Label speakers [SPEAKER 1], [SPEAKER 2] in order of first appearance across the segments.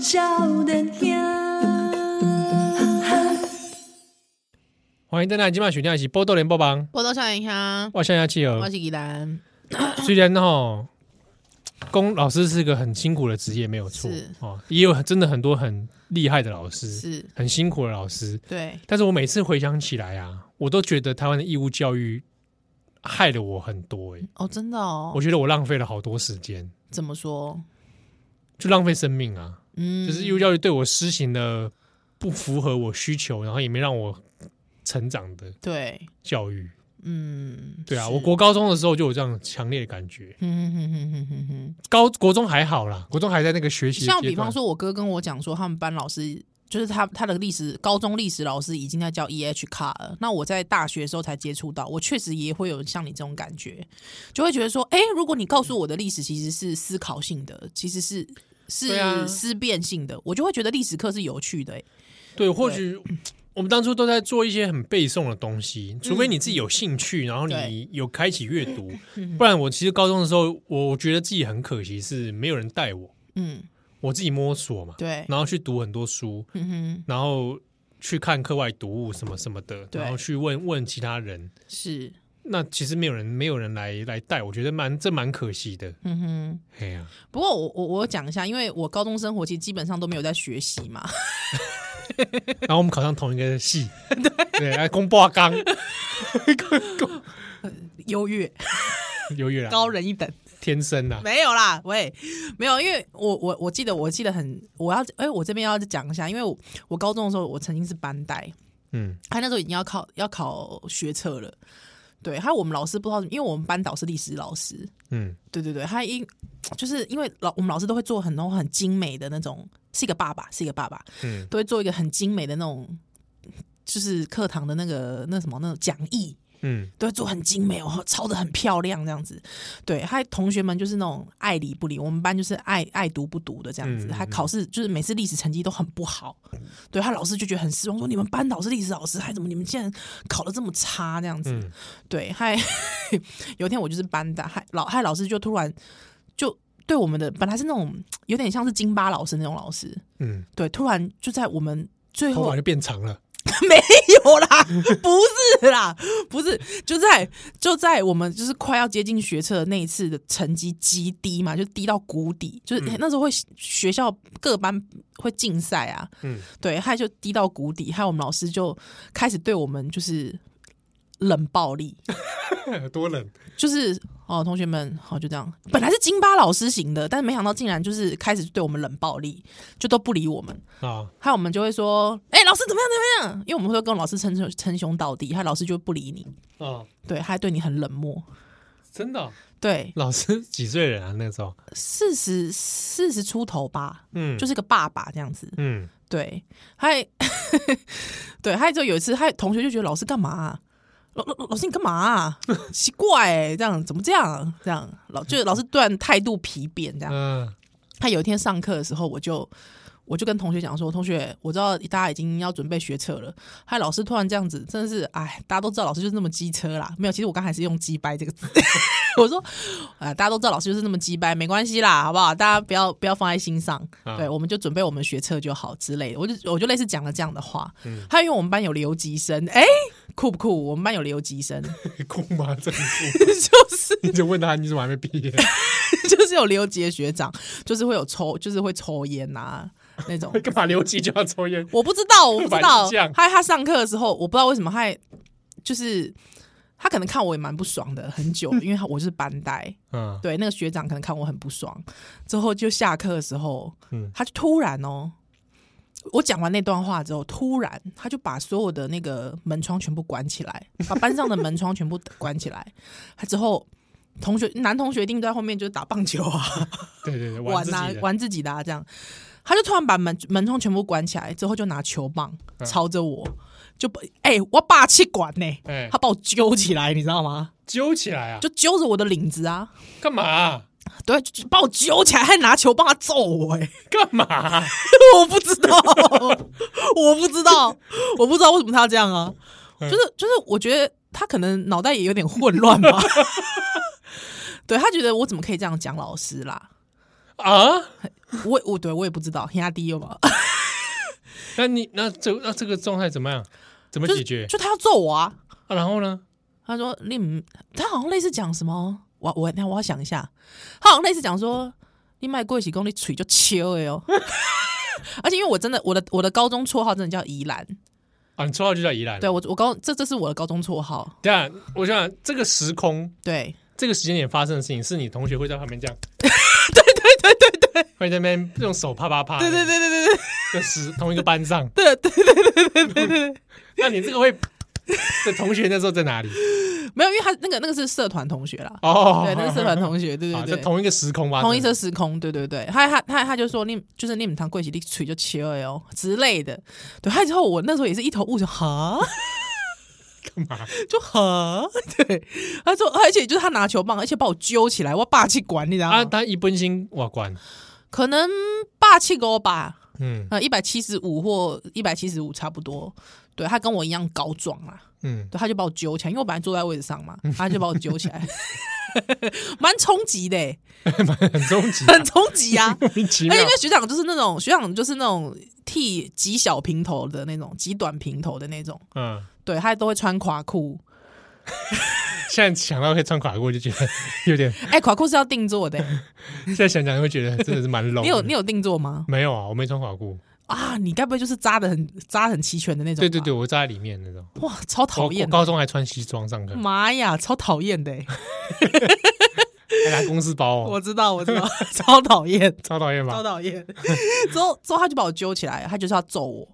[SPEAKER 1] 少年兄。
[SPEAKER 2] 欢迎大家今晚收听的是《波多连播榜》，
[SPEAKER 3] 我都少年香，
[SPEAKER 2] 我向下企
[SPEAKER 3] 啊我
[SPEAKER 2] 鹅。
[SPEAKER 3] 是宜兰，
[SPEAKER 2] 虽然哈，公老师是个很辛苦的职业，没有错
[SPEAKER 3] 是
[SPEAKER 2] 哦，也有真的很多很厉害的老师，
[SPEAKER 3] 是
[SPEAKER 2] 很辛苦的老师。
[SPEAKER 3] 对，
[SPEAKER 2] 但是我每次回想起来啊，我都觉得台湾的义务教育害了我很多、欸，
[SPEAKER 3] 哦，真的哦
[SPEAKER 2] 我，觉得我浪费了好多时间，
[SPEAKER 3] 怎么说？
[SPEAKER 2] 就浪费生命啊！
[SPEAKER 3] 嗯，
[SPEAKER 2] 就是义务教育对我施行了不符合我需求，然后也没让我成长的
[SPEAKER 3] 对，
[SPEAKER 2] 教育。
[SPEAKER 3] 嗯，
[SPEAKER 2] 对啊，
[SPEAKER 3] 是
[SPEAKER 2] 我国高中的时候就有这样强烈的感觉，
[SPEAKER 3] 哼哼哼哼哼哼哼，
[SPEAKER 2] 高国中还好啦，国中还在那个学习的
[SPEAKER 3] 像
[SPEAKER 2] 阶
[SPEAKER 3] 比方
[SPEAKER 2] 段
[SPEAKER 3] 说，我哥跟我讲说，他们班老师就是他他的历史高中历史老师已经在教 EH 卡了。那我在大学的时候才接触到，我确实也会有像你这种感觉，就会觉得说，哎、如果你告诉我的历史其实是思考性的，其实是。
[SPEAKER 2] 对啊
[SPEAKER 3] 是思辨性的，我就会觉得历史课是有趣的、欸
[SPEAKER 2] 对，或许我们当初都在做一些很背诵的东西，除非你自己有兴趣，然后你
[SPEAKER 3] 嗯对嗯
[SPEAKER 2] 有开启阅 读，不然我其实高中的时候，我觉得自己很可惜是没有人带我，
[SPEAKER 3] 嗯，
[SPEAKER 2] 我自己摸索嘛，
[SPEAKER 3] 对，
[SPEAKER 2] 然后去读很多书，
[SPEAKER 3] 嗯哼，
[SPEAKER 2] 然后去看课外读物什么什么的，
[SPEAKER 3] 对
[SPEAKER 2] 然后去问问其他人。
[SPEAKER 3] 是，
[SPEAKER 2] 那其实没有人，没有人来来带，我觉得蛮这蛮可惜的。
[SPEAKER 3] 嗯哼。
[SPEAKER 2] 哎呀、
[SPEAKER 3] 不过我我我讲一下，因为我高中生活其实基本上都没有在学习嘛，
[SPEAKER 2] 然后我们考上同一个 系，对，来公布刚
[SPEAKER 3] 优越
[SPEAKER 2] 优越啊，
[SPEAKER 3] 高人一等，
[SPEAKER 2] 天生啊，
[SPEAKER 3] 没有啦，喂，没有，因为我我我记得我记得很，我要哎、我这边要讲一下，因为我我高中的时候我曾经是班代，
[SPEAKER 2] 嗯，
[SPEAKER 3] 他那时候已经要考要考学测了，对，还有我们老师不知道，因为我们班导是历史老师，
[SPEAKER 2] 嗯，
[SPEAKER 3] 对对对，他因就是因为老我们老师都会做很多很精美的那种，是一个爸爸，是一个爸爸，
[SPEAKER 2] 嗯
[SPEAKER 3] 嗯，都会做一个很精美的那种，就是课堂的那个那什么那种讲义，
[SPEAKER 2] 嗯，
[SPEAKER 3] 都会做很精美哦，抄的很漂亮这样子。对，他同学们就是那种爱理不理，我们班就是爱爱读不读的这样子。
[SPEAKER 2] 嗯
[SPEAKER 3] 他考试就是每次历史成绩都很不好，对他老师就觉得很失望，说你们班导是历史老师，还怎么你们竟然考的这么差这样子？
[SPEAKER 2] 嗯
[SPEAKER 3] 对，还 有一天我就是班的，还老还老师就突然就对我们的本来是那种有点像是金巴老师那种老师，
[SPEAKER 2] 嗯，
[SPEAKER 3] 对，突然就在我们最
[SPEAKER 2] 头
[SPEAKER 3] 后
[SPEAKER 2] 发就变长了，
[SPEAKER 3] 没有啦，不是啦，不是，就在就在我们就是快要接近学测的那一次的成绩极低嘛，就低到谷底，就是那时候会学校各班会竞赛啊，
[SPEAKER 2] 嗯
[SPEAKER 3] 嗯，对，害就低到谷底，害我们老师就开始对我们就是冷暴力，
[SPEAKER 2] 多冷，
[SPEAKER 3] 就是哦，同学们，好就这样。本来是金巴老师型的，但是没想到竟然就是开始对我们冷暴力，就都不理我们。
[SPEAKER 2] 啊，
[SPEAKER 3] 还有我们就会说，哎、老师怎么样怎么样？因为我们会跟老师称兄称兄道弟，他老师就不理你，
[SPEAKER 2] 哦，
[SPEAKER 3] 对，他还对你很冷漠。
[SPEAKER 2] 真的哦、
[SPEAKER 3] 对，
[SPEAKER 2] 老师几岁人啊？那时候，
[SPEAKER 3] 四十四十出头吧，
[SPEAKER 2] 嗯，
[SPEAKER 3] 就是个爸爸这样子。
[SPEAKER 2] 嗯，
[SPEAKER 3] 对，还 对，还就有一次，还同学就觉得老师干嘛啊、老老老师你干嘛啊、奇怪、欸，这样怎么这样？这样老就是老师突然态度疲变这样。
[SPEAKER 2] 嗯
[SPEAKER 3] 他有一天上课的时候，我就我就跟同学讲说，同学，我知道大家已经要准备学车了，他老师突然这样子，真的是，哎，大家都知道老师就是那么机车啦。没有，其实我刚才是用“鸡掰”这个字， 我说，啊、大家都知道老师就是那么鸡掰，没关系啦，好不好？大家不要不要放在心上，
[SPEAKER 2] 啊
[SPEAKER 3] 对，我们就准备我们学车就好之类的。我就我就类似讲了这样的话，还有因为我们班有留级生，哎、酷不酷？我们班有留级生，
[SPEAKER 2] 哭吗？真哭，
[SPEAKER 3] 就是
[SPEAKER 2] 你就问他你怎么还没毕业？
[SPEAKER 3] 就是有留级的学长，就是会有抽，就是会抽烟呐、啊、那种。
[SPEAKER 2] 干嘛留级就要抽烟？
[SPEAKER 3] 我不知道，我不 知
[SPEAKER 2] 反
[SPEAKER 3] 道
[SPEAKER 2] 向。
[SPEAKER 3] 还他上课的时候，我不知道为什么他还就是他可能看我也蛮不爽的，很久了，因为他我是班带，
[SPEAKER 2] 嗯
[SPEAKER 3] 对那个学长可能看我很不爽，之后就下课的时候，
[SPEAKER 2] 嗯
[SPEAKER 3] 他就突然哦，我讲完那段话之后，突然他就把所有的那个门窗全部关起来，把班上的门窗全部关起来，他之后。同学，男同学一定都在后面就是打棒球啊，
[SPEAKER 2] 对对对，玩
[SPEAKER 3] 玩
[SPEAKER 2] 自
[SPEAKER 3] 啊
[SPEAKER 2] 己，的，
[SPEAKER 3] 玩自己的啊，这样，他就突然把门门窗全部关起来，之后就拿球棒
[SPEAKER 2] 嗯
[SPEAKER 3] 朝着我，就把哎、我霸气管呢、
[SPEAKER 2] 哎
[SPEAKER 3] 他把我揪起来，你知道吗？
[SPEAKER 2] 揪起来啊，
[SPEAKER 3] 就揪着我的领子啊，
[SPEAKER 2] 干嘛啊？
[SPEAKER 3] 对，就就把我揪起来，还拿球棒他揍我、哎，
[SPEAKER 2] 干嘛啊？
[SPEAKER 3] 我不知道，我不知道，我不知道为什么他这样啊，
[SPEAKER 2] 嗯
[SPEAKER 3] 就是就是，我觉得他可能脑袋也有点混 乱吧，对他觉得我怎么可以这样讲老师啦？
[SPEAKER 2] 啊？
[SPEAKER 3] 我也我对我也不知道，压低有没有？
[SPEAKER 2] 那你那这那这个状态怎么样？怎么
[SPEAKER 3] 就
[SPEAKER 2] 解决？
[SPEAKER 3] 就他要揍我啊！
[SPEAKER 2] 啊、然后呢？
[SPEAKER 3] 他说你唔，他好像类似讲什么，我我那我要想一下，他好像类似讲说你卖过几公里腿就切了哟。哦而且因为我真的我的我的高中绰号真的叫宜兰，
[SPEAKER 2] 啊，你绰号就叫宜兰。
[SPEAKER 3] 对我我高这这是我的高中绰号，
[SPEAKER 2] 对啊，我想想这个时空、
[SPEAKER 3] 对
[SPEAKER 2] 这个时间点发生的事情，是你同学会在旁边这 样，对对对对对，会在那边用手啪啪啪，
[SPEAKER 3] 对对，对对对
[SPEAKER 2] 就十同一个班上。
[SPEAKER 3] 对对对对对对对，
[SPEAKER 2] 那你这个会的同学那时候在哪里？
[SPEAKER 3] 没有，因为他那个那个是社团同学啦，
[SPEAKER 2] 哦，
[SPEAKER 3] 对，那个社 团同学，对
[SPEAKER 2] 啊，
[SPEAKER 3] 对
[SPEAKER 2] 在
[SPEAKER 3] 对，
[SPEAKER 2] 同一个时空吧，
[SPEAKER 3] 同一个时空，对对对，他他他他就说你就是你们堂贵喜你腿就切了哟之类的，对，他之后我那时候也是一头雾水，哈，
[SPEAKER 2] 干嘛？
[SPEAKER 3] 就哈， 对，他说而且就是他拿球棒，而且把我揪起来，我霸气管，你知道吗？
[SPEAKER 2] 啊，他一本心哇关，
[SPEAKER 3] 可能霸气高吧，
[SPEAKER 2] 嗯
[SPEAKER 3] 呃，一百七十五或一百七十五差不多，对他跟我一样高壮啊，
[SPEAKER 2] 嗯，
[SPEAKER 3] 对，他就把我揪起来，因为我本来坐在位置上嘛，他就把我揪起来， 蛮冲击的、欸，
[SPEAKER 2] 很终极，
[SPEAKER 3] 很冲击啊。
[SPEAKER 2] 莫名其
[SPEAKER 3] 而
[SPEAKER 2] 妙
[SPEAKER 3] 且因为学长就是那种学长就是那种剃极小平头的那种，极短平头的那种，
[SPEAKER 2] 嗯，
[SPEAKER 3] 对他都会穿垮裤。
[SPEAKER 2] 现在想到会穿垮裤就觉得有点，
[SPEAKER 3] 哎、垮裤是要定做的、欸
[SPEAKER 2] 现在想想会觉得真的是蛮 low 的。
[SPEAKER 3] 你有你有定做吗？
[SPEAKER 2] 没有啊？我没穿垮裤。
[SPEAKER 3] 啊，你该不会就是扎的很扎得很齐全的那种？
[SPEAKER 2] 对对对，，我扎在里面那种。
[SPEAKER 3] 哇，超
[SPEAKER 2] 我
[SPEAKER 3] 讨
[SPEAKER 2] 我
[SPEAKER 3] 厌的！
[SPEAKER 2] 高中还穿西装上课，
[SPEAKER 3] 妈呀，超讨厌的、欸！
[SPEAKER 2] 还拿公司包哦，
[SPEAKER 3] 我知道，我 知道，超讨厌，
[SPEAKER 2] 超讨厌吧？
[SPEAKER 3] 超讨厌。 之后之后他就把我揪起来，他就是要揍我。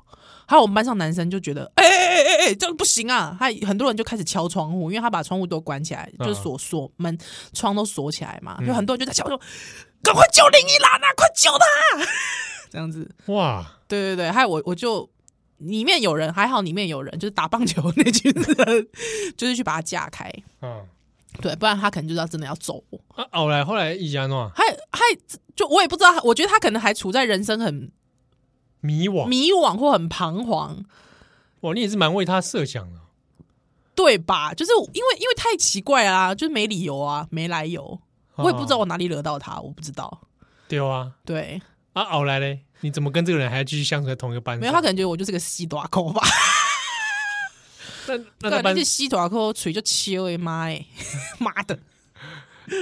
[SPEAKER 3] 还有我们班上男生就觉得，哎哎哎哎，这样不行啊！他很多人就开始敲窗户，因为他把窗户都关起来，
[SPEAKER 2] 嗯
[SPEAKER 3] 就是锁锁门窗都锁起来嘛，就很多人就在敲说，赶快救林一兰啊，快 救他！这样子，
[SPEAKER 2] 哇，
[SPEAKER 3] 对对对，还有我我就里面有人，还好里面有人，就是打棒球那群人，就是去把他架开，
[SPEAKER 2] 嗯
[SPEAKER 3] 对，不然他可能就是要真的要揍我。
[SPEAKER 2] 啊，后来后来哦一家诺
[SPEAKER 3] 还还就我也不知道，我觉得他可能还处在人生很
[SPEAKER 2] 迷惘，
[SPEAKER 3] 迷惘或很彷徨，
[SPEAKER 2] 哇，你也是蛮为他设想的。
[SPEAKER 3] 对吧？就是因为因为太奇怪啦、就是没理由啊，没来由，
[SPEAKER 2] 啊
[SPEAKER 3] 我也不知道我哪里惹到他，我不知道。
[SPEAKER 2] 对啊，
[SPEAKER 3] 对，
[SPEAKER 2] 啊，后来嘞，你怎么跟这个人还要继续相处在同一个班上？
[SPEAKER 3] 没有他可能觉得我就是个西短扣吧，
[SPEAKER 2] 那那
[SPEAKER 3] 对，
[SPEAKER 2] 他
[SPEAKER 3] 那
[SPEAKER 2] 班
[SPEAKER 3] 是西短扣，锤就切了妈 哎，妈的，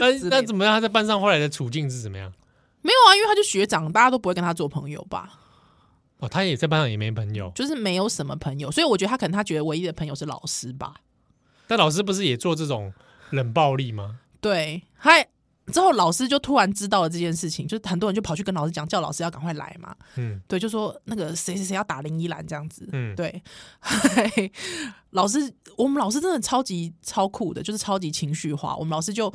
[SPEAKER 2] 那
[SPEAKER 3] 之类
[SPEAKER 2] 那
[SPEAKER 3] 的
[SPEAKER 2] 怎么样？他在班上后来的处境是怎么样？
[SPEAKER 3] 没有啊，因为他就学长，大家都不会跟他做朋友吧，
[SPEAKER 2] 哦，他也在班上也没朋友。
[SPEAKER 3] 就是没有什么朋友，所以我觉得他可能他觉得唯一的朋友是老师吧。
[SPEAKER 2] 但老师不是也做这种冷暴力吗？
[SPEAKER 3] 对，还之后老师就突然知道了这件事情，就是很多人就跑去跟老师讲，叫老师要赶快来嘛。
[SPEAKER 2] 嗯
[SPEAKER 3] 对，就说那个谁谁谁要打林依兰这样子。
[SPEAKER 2] 嗯，
[SPEAKER 3] 对，老师，我们老师真的超级超酷的，就是超级情绪化。我们老师就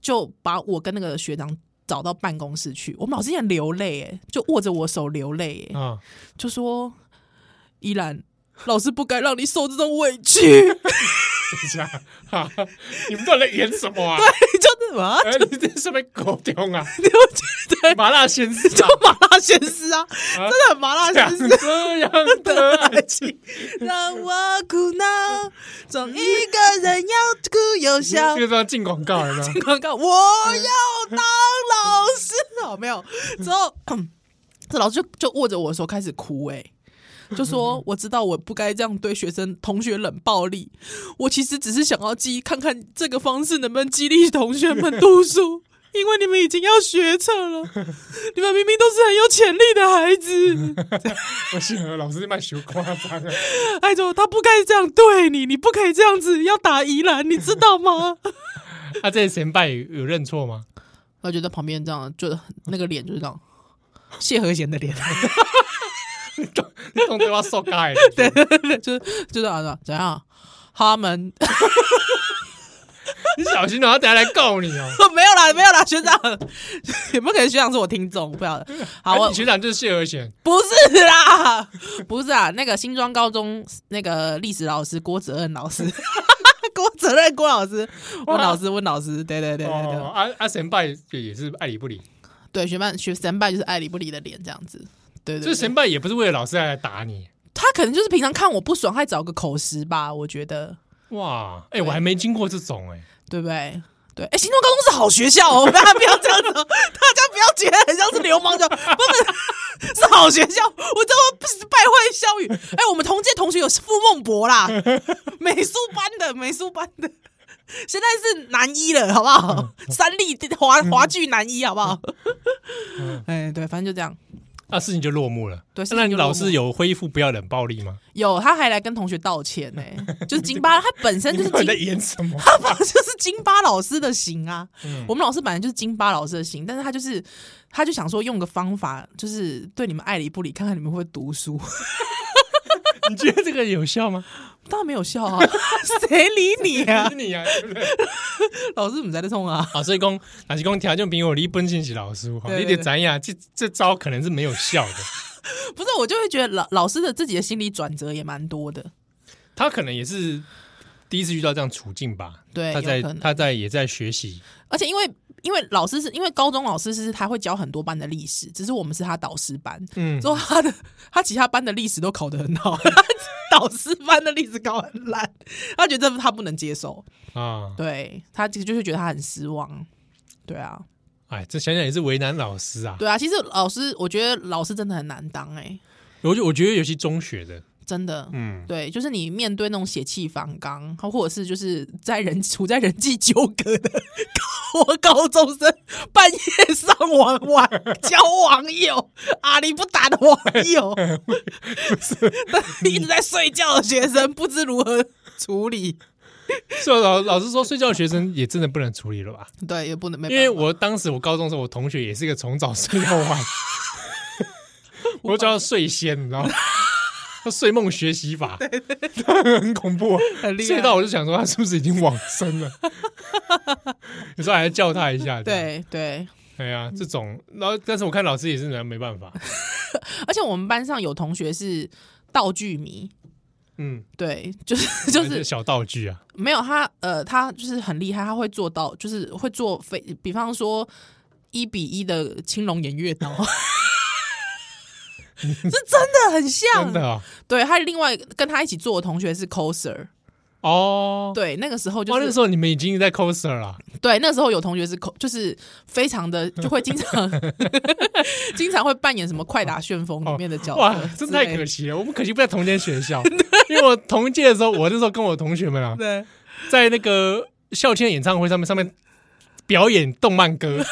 [SPEAKER 3] 就把我跟那个学长找到办公室去，我们老师竟然流泪，哎，就握着我手流泪，哎，
[SPEAKER 2] 啊，
[SPEAKER 3] 就说依兰，老师不该让你受这种委屈，
[SPEAKER 2] 等一下，哈哈 你们到底在演什么啊？
[SPEAKER 3] 就是啊，
[SPEAKER 2] 哎， 你这是被狗丢 啊？
[SPEAKER 3] 你会觉得
[SPEAKER 2] 麻辣鲜师
[SPEAKER 3] 就
[SPEAKER 2] 啊，
[SPEAKER 3] 麻辣鲜师啊，真的很麻辣鲜
[SPEAKER 2] 讲
[SPEAKER 3] 师。
[SPEAKER 2] 呃这样 的爱情，
[SPEAKER 3] 让我苦恼，总一个人要哭又笑
[SPEAKER 2] 这。个是要进广告了吗？
[SPEAKER 3] 广告，我要当老师，好没有？之后， 这老师就就握着我的手开始哭、哎，就说我知道我不该这样对学生同学冷暴力，我其实只是想要激看看这个方式能不能激励同学们读 书。因为你们已经要学测了，你们明明都是很有潜力的孩子，
[SPEAKER 2] 我信了，老师卖学夸张了，
[SPEAKER 3] 哎，就他不该这样对你，你不可以这样子，要打宜兰，你知道吗？
[SPEAKER 2] 他这前拜有认错吗？
[SPEAKER 3] 我觉得旁边这样，就那个脸就是这样，谢和弦的脸，
[SPEAKER 2] 你懂对方受 盖，
[SPEAKER 3] 就是就是啊，怎样怎样？他们
[SPEAKER 2] 你小心哦，他等下来告你哦。
[SPEAKER 3] 没有啦，没有啦，学长， 有没有可能学长是我听众？不要的，好，
[SPEAKER 2] 啊
[SPEAKER 3] 我
[SPEAKER 2] 你学长就是谢和弦，
[SPEAKER 3] 不是啦，不是啊，那个新庄高中那个历史老师郭哲任老师， 郭哲任郭老师，温老师温老师，对对对对对
[SPEAKER 2] 哦，，阿阿神拜也也是爱理不理，
[SPEAKER 3] 对学伴学神拜就是爱理不理的脸这样子，对对
[SPEAKER 2] 所以
[SPEAKER 3] 对，
[SPEAKER 2] 神拜也不是为了老师来打你。
[SPEAKER 3] 他可能就是平常看我不爽，还找个口实吧，我觉得
[SPEAKER 2] 哇，哎、
[SPEAKER 3] 对
[SPEAKER 2] 我还没经过这种哎、
[SPEAKER 3] 对不对？对，哎，新庄高中是好学校哦， 大家不要这样子哦，大家不要觉得很像是流氓的，不不是好学校，我这不是败坏校誉。哎，我们同届同学有傅孟博啦， 美术班的，美术班的。现在是男一了，好不好？三立华华剧男一，好不好？哎，对，反正就这样。
[SPEAKER 2] 那啊事情就落幕了。啊
[SPEAKER 3] 对事情
[SPEAKER 2] 那你
[SPEAKER 3] 就落幕
[SPEAKER 2] 老师有恢复不要冷暴力吗？
[SPEAKER 3] 有，他还来跟同学道歉呢、就是金巴，他本身就是
[SPEAKER 2] 你们在
[SPEAKER 3] 金，
[SPEAKER 2] 演什 么？
[SPEAKER 3] 他本身就是金巴老师的型啊。我们老师本来就是金巴老师的型，但是他就是，他就想说用个方法，就是对你们爱理不理，看看你们会不会读书。
[SPEAKER 2] 你觉得这个有效 吗？
[SPEAKER 3] 当然没有效啊， 谁理你啊
[SPEAKER 2] 是？你啊，对不对？
[SPEAKER 3] 老师唔在这冲啊。
[SPEAKER 2] 啊，所以讲，若是讲听众朋友，你本身是老师，吼，
[SPEAKER 3] 对
[SPEAKER 2] 你
[SPEAKER 3] 对
[SPEAKER 2] 得知影，这这招可能是没有效的。
[SPEAKER 3] 不是，我就会觉得老老师的自己的心理转折也蛮多的。
[SPEAKER 2] 他可能也是第一次遇到这样处境吧。
[SPEAKER 3] 对
[SPEAKER 2] 他在
[SPEAKER 3] 有可能
[SPEAKER 2] 他在也在学习，
[SPEAKER 3] 而且因为因为老师是因为高中老师是他会教很多班的历史，只是我们是他导师班，
[SPEAKER 2] 嗯
[SPEAKER 3] 之，后他的他其他班的历史都考得很好， 他导师班的历史考很烂， 他觉得这他不能接受，
[SPEAKER 2] 啊，
[SPEAKER 3] 对他其实就是觉得他很失望。对啊，
[SPEAKER 2] 哎，这想想也是为难老师啊。
[SPEAKER 3] 对啊，其实老师，我觉得老师真的很难当哎、
[SPEAKER 2] 我觉我觉得尤其中学的，
[SPEAKER 3] 真的，
[SPEAKER 2] 嗯，
[SPEAKER 3] 对，就是你面对那种血气方刚，或者是就是在人处在人际纠葛的高高中生，半夜上网玩交网友，阿里不打的网 友， 一直在睡觉的学生，不知如何处理。
[SPEAKER 2] 所以老老师说，睡觉的学生也真的不能处理了吧？
[SPEAKER 3] 对，也不能没办
[SPEAKER 2] 因
[SPEAKER 3] 法，
[SPEAKER 2] 为我当时我高中的时候，我同学也是一个从早睡到晚，我叫他睡仙，你知道吗？他睡梦学习法， 很恐怖、啊，
[SPEAKER 3] 很厉害
[SPEAKER 2] 睡到我就想说他是不是已经往生 了？有时候还要叫他一下。这样，
[SPEAKER 3] 对对，
[SPEAKER 2] 哎呀，这种，然后但是我看老师也是人没办法，
[SPEAKER 3] 而且我们班上有同学是道具迷。
[SPEAKER 2] 嗯，
[SPEAKER 3] 对，就是 就
[SPEAKER 2] 还
[SPEAKER 3] 是
[SPEAKER 2] 小道具啊，
[SPEAKER 3] 没有他，呃，他就是很厉害，他会做到，就是会做非，比方说一比一的青龙偃月刀， 这真的 很
[SPEAKER 2] 真
[SPEAKER 3] 像。
[SPEAKER 2] 的啊，
[SPEAKER 3] 对，还有另外跟他一起做的同学是 coser，
[SPEAKER 2] 哦，
[SPEAKER 3] 对，那个时候就
[SPEAKER 2] 哇，
[SPEAKER 3] 是、
[SPEAKER 2] 那个时候你们已经在 coser 了啊，
[SPEAKER 3] 对，那时候有同学是 co，就是非常的就会经常 经常会扮演什么快打旋风里面的角色，
[SPEAKER 2] 哇，真的太可
[SPEAKER 3] 惜。
[SPEAKER 2] 惜了，我们可惜不在同间学 校，因为我同届的时候，我那时候跟我同学们啊，
[SPEAKER 3] 对，
[SPEAKER 2] 在那个校庆的演唱会上面上面表演动漫 歌，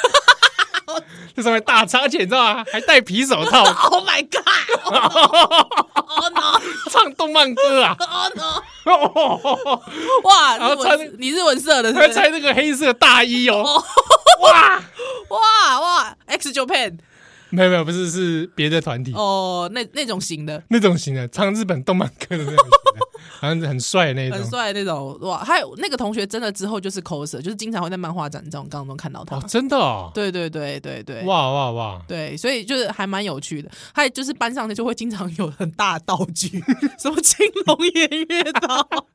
[SPEAKER 2] 在上面大唱，而且你知道啊，还戴皮手套
[SPEAKER 3] Oh my 哦 god！Oh no！Oh
[SPEAKER 2] 唱动漫歌 啊，
[SPEAKER 3] 哦 no！哇，
[SPEAKER 2] 然后
[SPEAKER 3] 日文
[SPEAKER 2] 穿
[SPEAKER 3] 你日文社的是不
[SPEAKER 2] 还
[SPEAKER 3] 是，
[SPEAKER 2] 穿那个黑色大衣哦，哇，
[SPEAKER 3] 哇哇，X Japan
[SPEAKER 2] 没有没有，不是是别的团体
[SPEAKER 3] 哦，那那种型的，
[SPEAKER 2] 那种型的，唱日本动漫歌的那种型 的，好像很帅的那
[SPEAKER 3] 很
[SPEAKER 2] 种。
[SPEAKER 3] 帅那种哇。还有那个同学真的之后就是 coser，就是经常会在漫画展这种当中看到他
[SPEAKER 2] 哦，。真的哦，
[SPEAKER 3] 对对对对对，
[SPEAKER 2] 哇哇哇！
[SPEAKER 3] 对，所以就是还蛮有趣的。还有就是班上就会经常有很大的道 具，什么青龙偃月刀，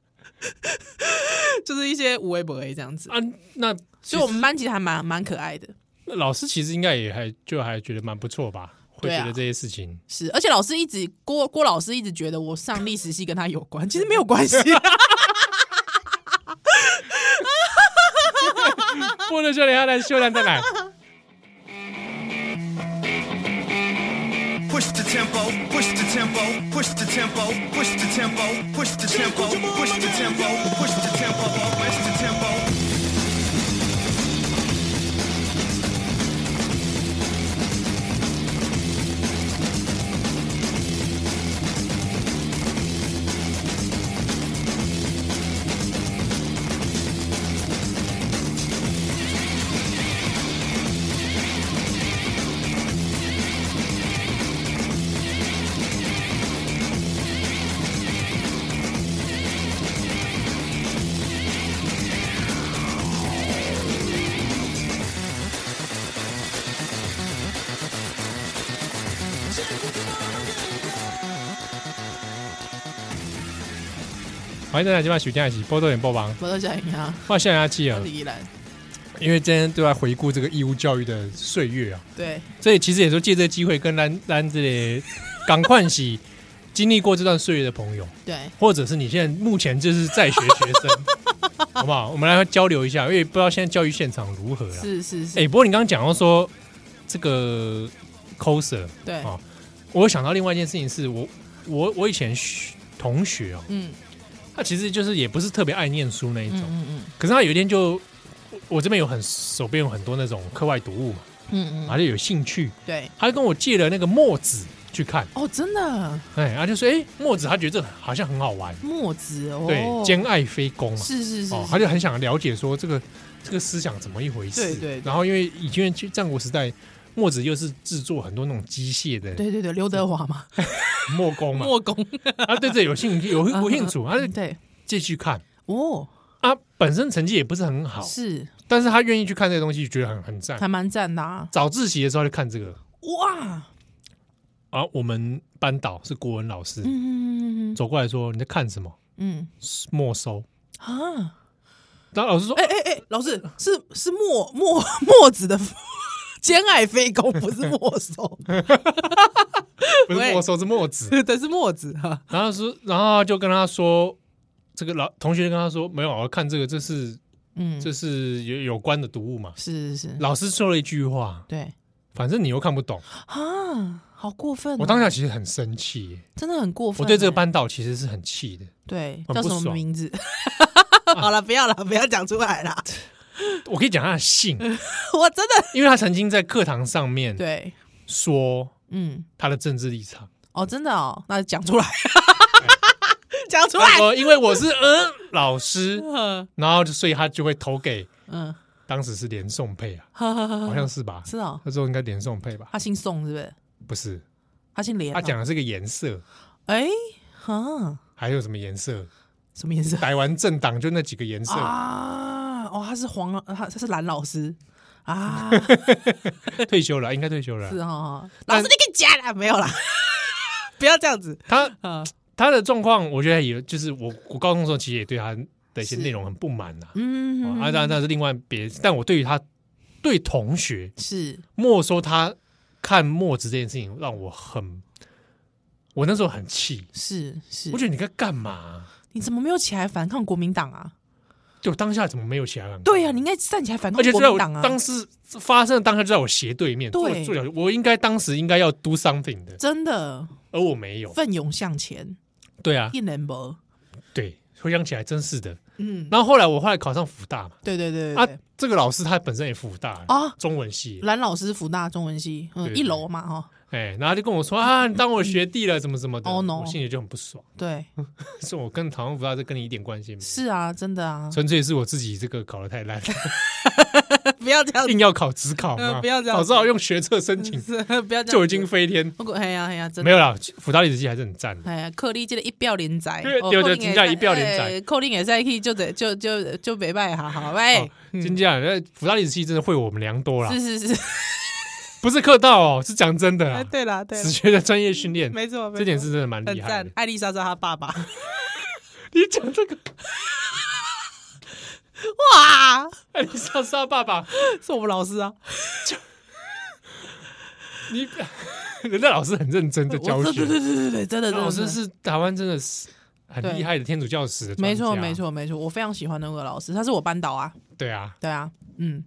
[SPEAKER 3] 就是一些无微不微这样子。
[SPEAKER 2] 啊，那
[SPEAKER 3] 所以我们班其实还蛮蛮可爱的，
[SPEAKER 2] 那老师其实应该也还就还觉得蛮不错吧，会
[SPEAKER 3] 对啊
[SPEAKER 2] 觉得这些事情。
[SPEAKER 3] 是，而且老师一直郭郭老师一直觉得我上历史系跟他有关，其实没有关 系。
[SPEAKER 2] 波多少年阿兰秀兰 在哪？
[SPEAKER 1] Push the tempo, push the tempo, push the tempo, push the tempo, push the tempo, push the tempo, push the tempo, push the tempo.
[SPEAKER 2] 欢迎大家今晚收听的是波多连播榜，
[SPEAKER 3] 我都想一下，
[SPEAKER 2] 我是阿七啊
[SPEAKER 3] 我是。依兰，
[SPEAKER 2] 因为今天都在回顾这个义务教育的岁月啊，
[SPEAKER 3] 对。
[SPEAKER 2] 所以其实也说借这个机会跟咱咱这里赶快洗经历过这段岁月的朋友，
[SPEAKER 3] 对
[SPEAKER 2] 或者是你现在目前就是在学学生， 好不好？我们来交流一下，因为不知道现在教育现场如何啦。
[SPEAKER 3] 是是是，
[SPEAKER 2] 哎、不过你刚刚讲到说这个 coser，
[SPEAKER 3] 对，
[SPEAKER 2] 哦我有想到另外一件事情是，我我我以前学同学哦，
[SPEAKER 3] 嗯
[SPEAKER 2] 他其实就是也不是特别爱念书那一
[SPEAKER 3] 嗯
[SPEAKER 2] 种，
[SPEAKER 3] 嗯嗯
[SPEAKER 2] 可是他有哦一天就我我这边有很手边有很多那种课外读物嘛，
[SPEAKER 3] 嗯嗯，
[SPEAKER 2] 他就有兴趣，
[SPEAKER 3] 对，
[SPEAKER 2] 他就跟我借了那个墨子去看，
[SPEAKER 3] 哦，真的
[SPEAKER 2] 哎，他就说哎、墨子他觉得这个好像很好玩，
[SPEAKER 3] 墨子哦，
[SPEAKER 2] 对，兼爱非攻嘛，
[SPEAKER 3] 是是是，
[SPEAKER 2] 哦，他就很想了解说这个这个思想怎么一回事。
[SPEAKER 3] 对对对
[SPEAKER 2] 然后因为以前去战国时代，墨子又是制作很多那种机械的
[SPEAKER 3] 对对对，刘德华嘛，
[SPEAKER 2] 墨工嘛，
[SPEAKER 3] 墨工，
[SPEAKER 2] 他对这有兴趣 有有兴趣，他啊就
[SPEAKER 3] 对，
[SPEAKER 2] 继续看。
[SPEAKER 3] 哦，
[SPEAKER 2] 啊，本身成绩也不是很好，
[SPEAKER 3] 是
[SPEAKER 2] 但是他愿意去看这个东西，觉得很很赞。
[SPEAKER 3] 还蛮赞的啊，
[SPEAKER 2] 早自习的时候就看这个，
[SPEAKER 3] 哇，
[SPEAKER 2] 啊，我们班导是国文老师，
[SPEAKER 3] 嗯嗯
[SPEAKER 2] 走过来说你在看什么？
[SPEAKER 3] 嗯
[SPEAKER 2] 没收。
[SPEAKER 3] 啊。
[SPEAKER 2] 然后老师说，
[SPEAKER 3] 哎哎哎，老师是是墨墨墨子的 兼爱非攻，不是墨守，
[SPEAKER 2] 不是
[SPEAKER 3] 喂
[SPEAKER 2] 没收，是墨子。
[SPEAKER 3] 对，是墨子哈。
[SPEAKER 2] 然后说，然后就跟他说，这个老同学就跟他说，没有，我看这个，这是
[SPEAKER 3] 嗯，
[SPEAKER 2] 这是有有关的读物嘛。
[SPEAKER 3] 是是是，
[SPEAKER 2] 老师说了一句话，
[SPEAKER 3] 对
[SPEAKER 2] 反正你又看不懂。
[SPEAKER 3] 啊，好过分哦！
[SPEAKER 2] 我当下其实很生气耶，
[SPEAKER 3] 真的很过分欸。
[SPEAKER 2] 我对这个班导其实是很气的。
[SPEAKER 3] 对
[SPEAKER 2] 很
[SPEAKER 3] 叫
[SPEAKER 2] 不
[SPEAKER 3] 什么
[SPEAKER 2] 爽
[SPEAKER 3] 名 字？好了，不要了，不要讲出来啦。
[SPEAKER 2] 我可以讲他的姓，
[SPEAKER 3] 我真的
[SPEAKER 2] 因为他曾经在课堂上面
[SPEAKER 3] 嗯对，
[SPEAKER 2] 说
[SPEAKER 3] 嗯，
[SPEAKER 2] 他的政治立场，
[SPEAKER 3] 哦，真的哦，那讲 出来，讲出来
[SPEAKER 2] 他。说因为我是嗯老师，
[SPEAKER 3] 嗯
[SPEAKER 2] 然后就所以他就会投给
[SPEAKER 3] 嗯，
[SPEAKER 2] 当时是连宋配啊，
[SPEAKER 3] 呵呵呵呵
[SPEAKER 2] 好像是吧？
[SPEAKER 3] 是哦，
[SPEAKER 2] 那时候应该连宋配吧？
[SPEAKER 3] 他姓宋是不是？
[SPEAKER 2] 不是，
[SPEAKER 3] 他姓连哦。
[SPEAKER 2] 他讲的是个颜色，
[SPEAKER 3] 哎，哈，
[SPEAKER 2] 还有什么颜色？
[SPEAKER 3] 什么 颜色？
[SPEAKER 2] 台湾政党就那几个颜色，
[SPEAKER 3] 啊，哦，他是黄，他他是蓝老师 啊，
[SPEAKER 2] 退休了，应该退休了
[SPEAKER 3] 是。哦，老
[SPEAKER 2] 但
[SPEAKER 3] 师你给加了没有啦？不要这样子
[SPEAKER 2] 他
[SPEAKER 3] 啊，
[SPEAKER 2] 他的状况，我觉得也就是我我高中的时候，其实也对他的一些
[SPEAKER 3] 是
[SPEAKER 2] 内容很不满呐。哦
[SPEAKER 3] 嗯，
[SPEAKER 2] 啊，那那是另外别，但我对于他对同学
[SPEAKER 3] 是
[SPEAKER 2] 没收他看墨子这件事情，让我很，我那时候很气，
[SPEAKER 3] 是是
[SPEAKER 2] 我，觉得你该干嘛？
[SPEAKER 3] 你怎么没有起来反抗国民党啊？
[SPEAKER 2] 就当下怎么没有起来反抗？
[SPEAKER 3] 对呀、你应该站起来反
[SPEAKER 2] 而
[SPEAKER 3] 抗
[SPEAKER 2] 且就
[SPEAKER 3] 国
[SPEAKER 2] 在
[SPEAKER 3] 民
[SPEAKER 2] 我
[SPEAKER 3] 党啊！
[SPEAKER 2] 当时发生的当下就在我斜对面，坐
[SPEAKER 3] 对
[SPEAKER 2] 坐小我应该当时应该要 do something 的，
[SPEAKER 3] 真的
[SPEAKER 2] 而我没有。
[SPEAKER 3] 奋勇向前，
[SPEAKER 2] 对啊，
[SPEAKER 3] 一人不，
[SPEAKER 2] 对，回想起来真是的。
[SPEAKER 3] 嗯，
[SPEAKER 2] 然后后来我后来考上福大嘛，
[SPEAKER 3] 对对对对
[SPEAKER 2] 啊
[SPEAKER 3] 对，，
[SPEAKER 2] 这个老师他本身也福大
[SPEAKER 3] 啊
[SPEAKER 2] 中文系，
[SPEAKER 3] 蓝老师福大中文系，
[SPEAKER 2] 对
[SPEAKER 3] 嗯，
[SPEAKER 2] 对
[SPEAKER 3] 一楼嘛哈，
[SPEAKER 2] 哎，然后他就跟我说啊，你当我学弟了，怎么怎么的，
[SPEAKER 3] 哦，no
[SPEAKER 2] 我心里就很不爽，
[SPEAKER 3] 对，
[SPEAKER 2] 说我跟台湾福大这跟你一点关系没有，
[SPEAKER 3] 是啊，真的啊，
[SPEAKER 2] 纯粹是我自己这个考的 太烂，
[SPEAKER 3] 不要这样
[SPEAKER 2] 硬要考职考嘛，
[SPEAKER 3] 呃不要这样
[SPEAKER 2] 早知道用学测申请
[SPEAKER 3] 子，不要这样，
[SPEAKER 2] 就已经，飞天，
[SPEAKER 3] 不过哎呀哎呀，真的
[SPEAKER 2] 没。有啦，福大历史系还是很赞的。
[SPEAKER 3] 哎呀，扣你这个一表连载，
[SPEAKER 2] 对对对真正一表连载
[SPEAKER 3] 载，扣你也在去，就得就就就袂歹，哈好喂
[SPEAKER 2] 哦，真这样，那福大历史系真的会我们良多啦，
[SPEAKER 3] 嗯是是是，
[SPEAKER 2] 不是客套哦，是讲真的啦，
[SPEAKER 3] 哎 对啦对啦
[SPEAKER 2] 只，觉得专业训练，
[SPEAKER 3] 没错，没错
[SPEAKER 2] 这点是真的蛮
[SPEAKER 3] 很
[SPEAKER 2] 厉害
[SPEAKER 3] 赞
[SPEAKER 2] 的。。
[SPEAKER 3] 艾丽莎莎她爸爸，
[SPEAKER 2] 你讲这个
[SPEAKER 3] 哇，
[SPEAKER 2] 艾丽莎莎爸爸，
[SPEAKER 3] 是我们老师啊，
[SPEAKER 2] 你人家老师很认真的教
[SPEAKER 3] 我
[SPEAKER 2] 学，
[SPEAKER 3] 对对对对对，真的，真的
[SPEAKER 2] 老师
[SPEAKER 3] 真的
[SPEAKER 2] 是台湾真的是很厉害的天主教史的，
[SPEAKER 3] 没错没，错没错，我非常喜欢那个老师，他是我班导啊，
[SPEAKER 2] 对啊。
[SPEAKER 3] 对啊，嗯，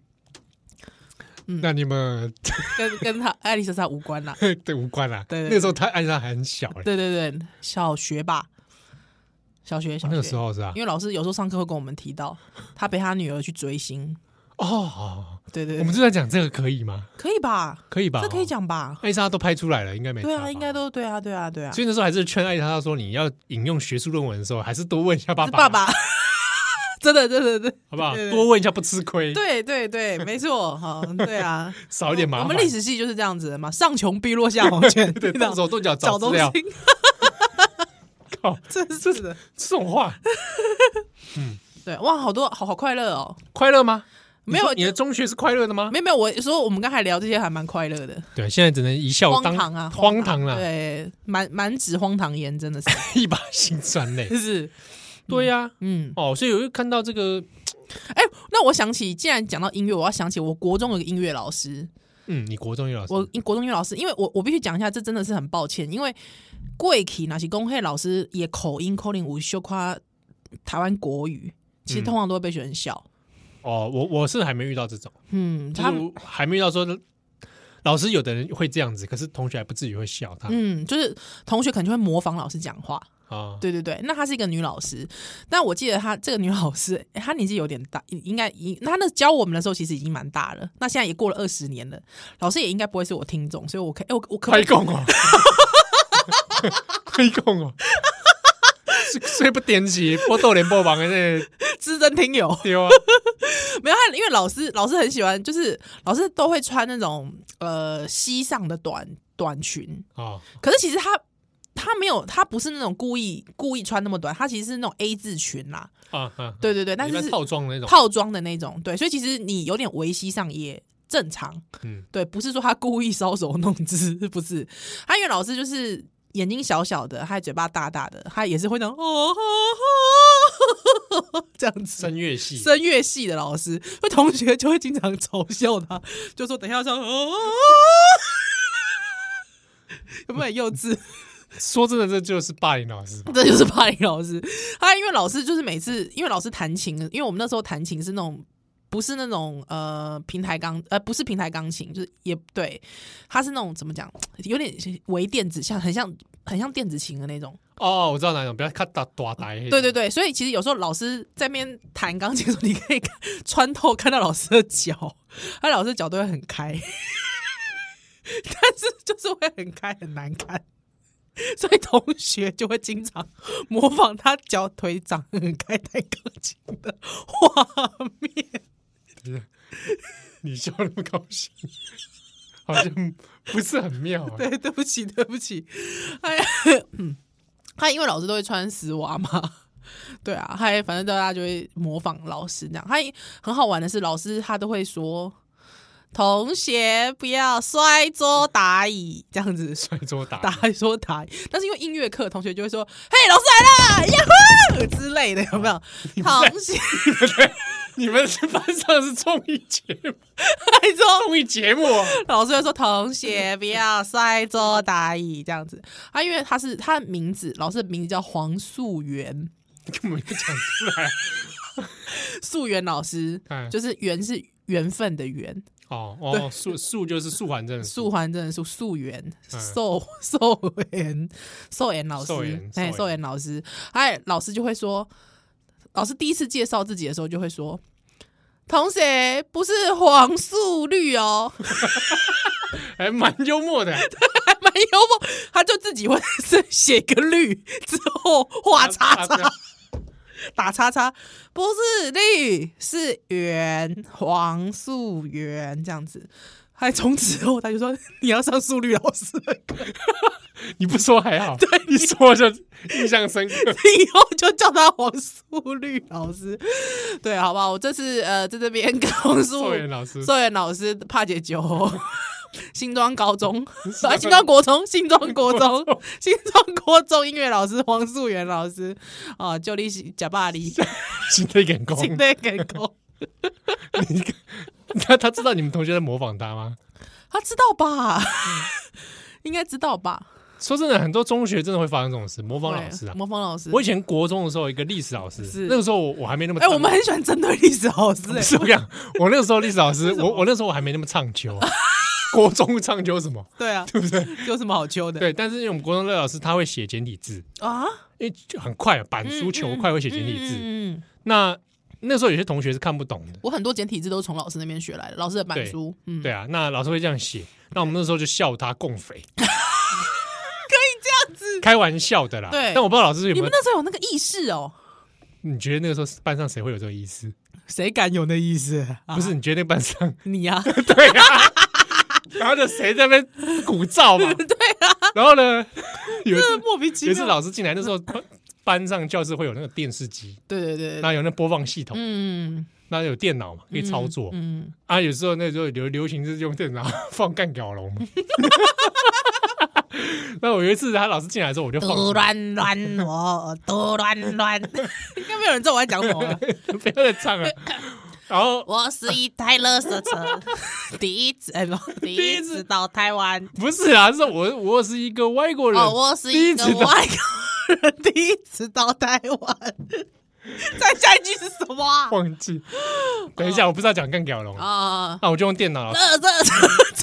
[SPEAKER 2] 那你们
[SPEAKER 3] 跟跟他艾丽莎莎无关啦，
[SPEAKER 2] 对无关啦，
[SPEAKER 3] 对对
[SPEAKER 2] 那个时候他艾丽莎还很小欸，
[SPEAKER 3] 对对对，小学吧，小学小
[SPEAKER 2] 那
[SPEAKER 3] 学
[SPEAKER 2] 个时。候是吧
[SPEAKER 3] 因？为老师有时候上课会跟我们提到，他陪他女儿去追星，
[SPEAKER 2] 哦，
[SPEAKER 3] 对对对
[SPEAKER 2] 我们正在讲这个可以吗？
[SPEAKER 3] 可以吧？
[SPEAKER 2] 可以吧？
[SPEAKER 3] 这可以，讲吧？
[SPEAKER 2] 艾丽莎都拍出来了，应该没
[SPEAKER 3] 对
[SPEAKER 2] 差
[SPEAKER 3] 啊，
[SPEAKER 2] 吧
[SPEAKER 3] 应该。都对啊，对啊，对啊。
[SPEAKER 2] 所以那时候还是劝艾丽莎说，你要引用学术论文的时候，还是多问一下爸
[SPEAKER 3] 是
[SPEAKER 2] 爸，
[SPEAKER 3] 爸， 爸，真的，真的，对，
[SPEAKER 2] 好不好？
[SPEAKER 3] 对对
[SPEAKER 2] 多问一下不吃亏，
[SPEAKER 3] 对对对，没错，哈，对啊，
[SPEAKER 2] 少一点 麻
[SPEAKER 3] 我
[SPEAKER 2] 烦。
[SPEAKER 3] 们历史系就是这样子的嘛，上穷碧落 下黄泉，
[SPEAKER 2] 对
[SPEAKER 3] 知道
[SPEAKER 2] 动手动脚
[SPEAKER 3] 找
[SPEAKER 2] 找资
[SPEAKER 3] 东
[SPEAKER 2] 料，
[SPEAKER 3] 西，
[SPEAKER 2] 靠，
[SPEAKER 3] 真是的，
[SPEAKER 2] 这种话
[SPEAKER 3] 对，哇，好多，好好快乐哦。
[SPEAKER 2] 快乐吗？
[SPEAKER 3] 没有
[SPEAKER 2] 你说你的中学是快乐的吗？
[SPEAKER 3] 没有没有，我说我们刚才聊这些还蛮快乐的，
[SPEAKER 2] 对，现在只能一笑
[SPEAKER 3] 荒
[SPEAKER 2] 哦当
[SPEAKER 3] 唐啊，
[SPEAKER 2] 荒唐啊，
[SPEAKER 3] 对，满满纸荒唐言，真的是，
[SPEAKER 2] 一把辛酸 泪。
[SPEAKER 3] 是，
[SPEAKER 2] 对呀、
[SPEAKER 3] 嗯，
[SPEAKER 2] 哦，所以我又看到这个，
[SPEAKER 3] 哎，那我想起，既然讲到音乐，我要想起我国中有个音乐老师，
[SPEAKER 2] 嗯，你国中有老师，
[SPEAKER 3] 我国中音乐老师，因为我我必须讲一下，这真的是很抱歉，因为贵体那些公会老师也口音口令无修夸台湾国语，其实通常都会被学生笑。
[SPEAKER 2] 哦，我我是还没遇到这种，
[SPEAKER 3] 嗯，
[SPEAKER 2] 就
[SPEAKER 3] 他
[SPEAKER 2] 是还没遇到说老师有的人会这样子，可是同学还不至于会笑他
[SPEAKER 3] 嗯，就是同学可能就会模仿老师讲话。
[SPEAKER 2] 啊。
[SPEAKER 3] 对对对，那她是一个女老师，但我记得她这个女老师，诶她年纪有点大，应应该已那她那教我们的时候其实已经蛮大了，那现在也过了二十年了，老师也应该不会是我听众，所以我可以，诶我我可不可
[SPEAKER 2] 开
[SPEAKER 3] 以
[SPEAKER 2] 供哦， 开供哦， 睡睡不点起，波豆连波忙的那个
[SPEAKER 3] 资深听友？
[SPEAKER 2] 丢 啊，
[SPEAKER 3] 没有，他因为老师老师很喜欢，就是老师都会穿那种呃膝上的短短裙，
[SPEAKER 2] 哦
[SPEAKER 3] 可是其实她她没有，她不是那种故意故意穿那么短，她其实是那种 A 字裙啦，
[SPEAKER 2] 啊啊，
[SPEAKER 3] 对对对，但
[SPEAKER 2] 一
[SPEAKER 3] 是
[SPEAKER 2] 般
[SPEAKER 3] 是
[SPEAKER 2] 套装的那种，
[SPEAKER 3] 套装的那种，对，所以其实你有点围膝上也正常，
[SPEAKER 2] 嗯
[SPEAKER 3] 对，不是说他故意搔首弄姿，不是，他因为老师就是眼睛小小的，他嘴巴大大的，他也是会那种哦哦哦这样子。
[SPEAKER 2] 声乐系，
[SPEAKER 3] 声乐系的老师，会同学就会经常嘲笑他，就说等一下要上哦，有没有很幼稚？
[SPEAKER 2] 说真的，这就是霸凌老师吧？
[SPEAKER 3] 这就是霸凌老师。他因为老师就是每次，因为老师弹琴，因为我们那时候弹琴是那种不是那种呃平台钢呃不是平台钢琴，就是也对，它是那种怎么讲，有点微电子，像很像很像电子琴的那种。
[SPEAKER 2] 哦，我知道哪种，不要看大大呆，
[SPEAKER 3] 对对对，所以其实有时候老师在那边弹钢琴的时候，你可以看穿透看到老师的脚，他老师的脚都会很开，但是就是会很开很难看，所以同学就会经常模仿他脚腿长很开弹钢琴的画面。
[SPEAKER 2] 你笑那么高兴，好像不是很妙啊。
[SPEAKER 3] 对，对不起，对不起，哎呀， 嗯他因为老师都会穿丝袜嘛， 对啊，还反正大家就会模仿老师这样。他很好玩的是，老师他都会说。同学不要摔桌打椅，这样子
[SPEAKER 2] 摔桌打
[SPEAKER 3] 打说打椅。但是因为音乐课，同学就会说：“嘿，老师来了，呀呼之类的，有没有？”同学
[SPEAKER 2] 你们是班上是综艺节目，
[SPEAKER 3] 还说
[SPEAKER 2] 综艺节目啊
[SPEAKER 3] 老师会说：“同学，不要摔桌打椅。”这样子，他、因为他是他的名字，老师的名字叫黄素媛，
[SPEAKER 2] 你根本就讲 出来
[SPEAKER 3] 素媛老师
[SPEAKER 2] 哎
[SPEAKER 3] 就是缘是缘分的缘，
[SPEAKER 2] 哦哦，素素就是素环真的
[SPEAKER 3] 素环真的素素媛，
[SPEAKER 2] 嗯
[SPEAKER 3] 寿寿媛寿媛老
[SPEAKER 2] 寿
[SPEAKER 3] 师
[SPEAKER 2] 妍，
[SPEAKER 3] 哎，
[SPEAKER 2] 寿妍
[SPEAKER 3] 寿媛老师，哎，老师就会说，老师第一次介绍自己的时候就会说。同学不是黄素绿哦，
[SPEAKER 2] 还哎蛮幽默的，
[SPEAKER 3] 还蛮幽默，他就自己会 写个绿之后画
[SPEAKER 2] 啊
[SPEAKER 3] 叉叉，打叉叉，不是绿是圆，黄素圆这样子。还从此后，他就说 你要上素绿老师 的课，
[SPEAKER 2] 你不说还好，对，你说就印象深刻。
[SPEAKER 3] 以后就叫他黄素绿老师。对，好不好？我这次呃在这边跟黄 素
[SPEAKER 2] 寿元老师
[SPEAKER 3] 寿元老师帕姐九。新庄高 中，啊，新庄国中，新庄国中， 新庄国中音乐老师黄素媛老师，啊，就力假巴黎，
[SPEAKER 2] 心推感工，
[SPEAKER 3] 请对给够。
[SPEAKER 2] 他他知道你们同学在模仿他吗？
[SPEAKER 3] 他知道吧？ 应该知道吧？
[SPEAKER 2] 说真的，很多中学真的会发生这种事，模仿老师啊
[SPEAKER 3] 对。模仿老师。
[SPEAKER 2] 我以前国中的时候，有一个历史老师
[SPEAKER 3] 是，
[SPEAKER 2] 那个时候我我还没那么
[SPEAKER 3] 哎、
[SPEAKER 2] 大
[SPEAKER 3] 我们很喜欢针对历史老 师、
[SPEAKER 2] 不
[SPEAKER 3] 哎，
[SPEAKER 2] 是我跟你讲，我那个时候历史老师，我我那时候我还没那么唱秋，啊国中唱秋什么？
[SPEAKER 3] 对啊，对不对？ 有什么好揪的？
[SPEAKER 2] 对，但是因为我们国中那个老师他会写简体字，
[SPEAKER 3] 啊，
[SPEAKER 2] 因为就很快，啊板书球快会写简体字。
[SPEAKER 3] 嗯嗯嗯，
[SPEAKER 2] 那那时候有些同学是看不懂的，
[SPEAKER 3] 我很多简体字都是从老师那边学来的，老师的板
[SPEAKER 2] 对
[SPEAKER 3] 书，嗯，
[SPEAKER 2] 对啊，那老师会这样写，那我们那时候就笑他共匪， 可以这样子，开玩笑的啦。
[SPEAKER 3] 对
[SPEAKER 2] 但我不知道老师有
[SPEAKER 3] 你
[SPEAKER 2] 没有，
[SPEAKER 3] 们那时候有那个意识哦？
[SPEAKER 2] 你觉得那个时候班上谁会有这个意思？
[SPEAKER 3] 谁敢有那意识？啊
[SPEAKER 2] 不是，你觉得那班上
[SPEAKER 3] 你 呀、啊，
[SPEAKER 2] 对啊，然后就谁在那边鼓噪嘛？对啊，然后呢， 有一次
[SPEAKER 3] 莫名其
[SPEAKER 2] 有一次
[SPEAKER 3] 妙。
[SPEAKER 2] 老师进来那时候， 班班上教室会有那个电视机，
[SPEAKER 3] 对对对
[SPEAKER 2] 然
[SPEAKER 3] 对，
[SPEAKER 2] 后有那播放系统，
[SPEAKER 3] 嗯，
[SPEAKER 2] 然后有电脑嘛，可以操作。
[SPEAKER 3] 嗯，
[SPEAKER 2] 啊，有时候那时候流流行是用电脑放干屌龙 嘛。 那我有一次他老师进来的时候，我就放
[SPEAKER 3] 嘟乱乱我，嘟乱乱， 应该没有人知道我在讲什么 吧。
[SPEAKER 2] 不要再唱了。然后
[SPEAKER 3] 我是一台乐色车，第一次哎不，第一次到台湾。
[SPEAKER 2] 不是啊，是我我是一个外国人，
[SPEAKER 3] 哦哦，我是
[SPEAKER 2] 第
[SPEAKER 3] 一
[SPEAKER 2] 一
[SPEAKER 3] 个
[SPEAKER 2] 次到
[SPEAKER 3] 外国人，第一次到台湾。 再下一句是什么 啊？
[SPEAKER 2] 忘记。等一
[SPEAKER 3] 哦
[SPEAKER 2] 下，我不知道讲更屌龙，
[SPEAKER 3] 啊，
[SPEAKER 2] 那我就用电 脑了。
[SPEAKER 3] 这这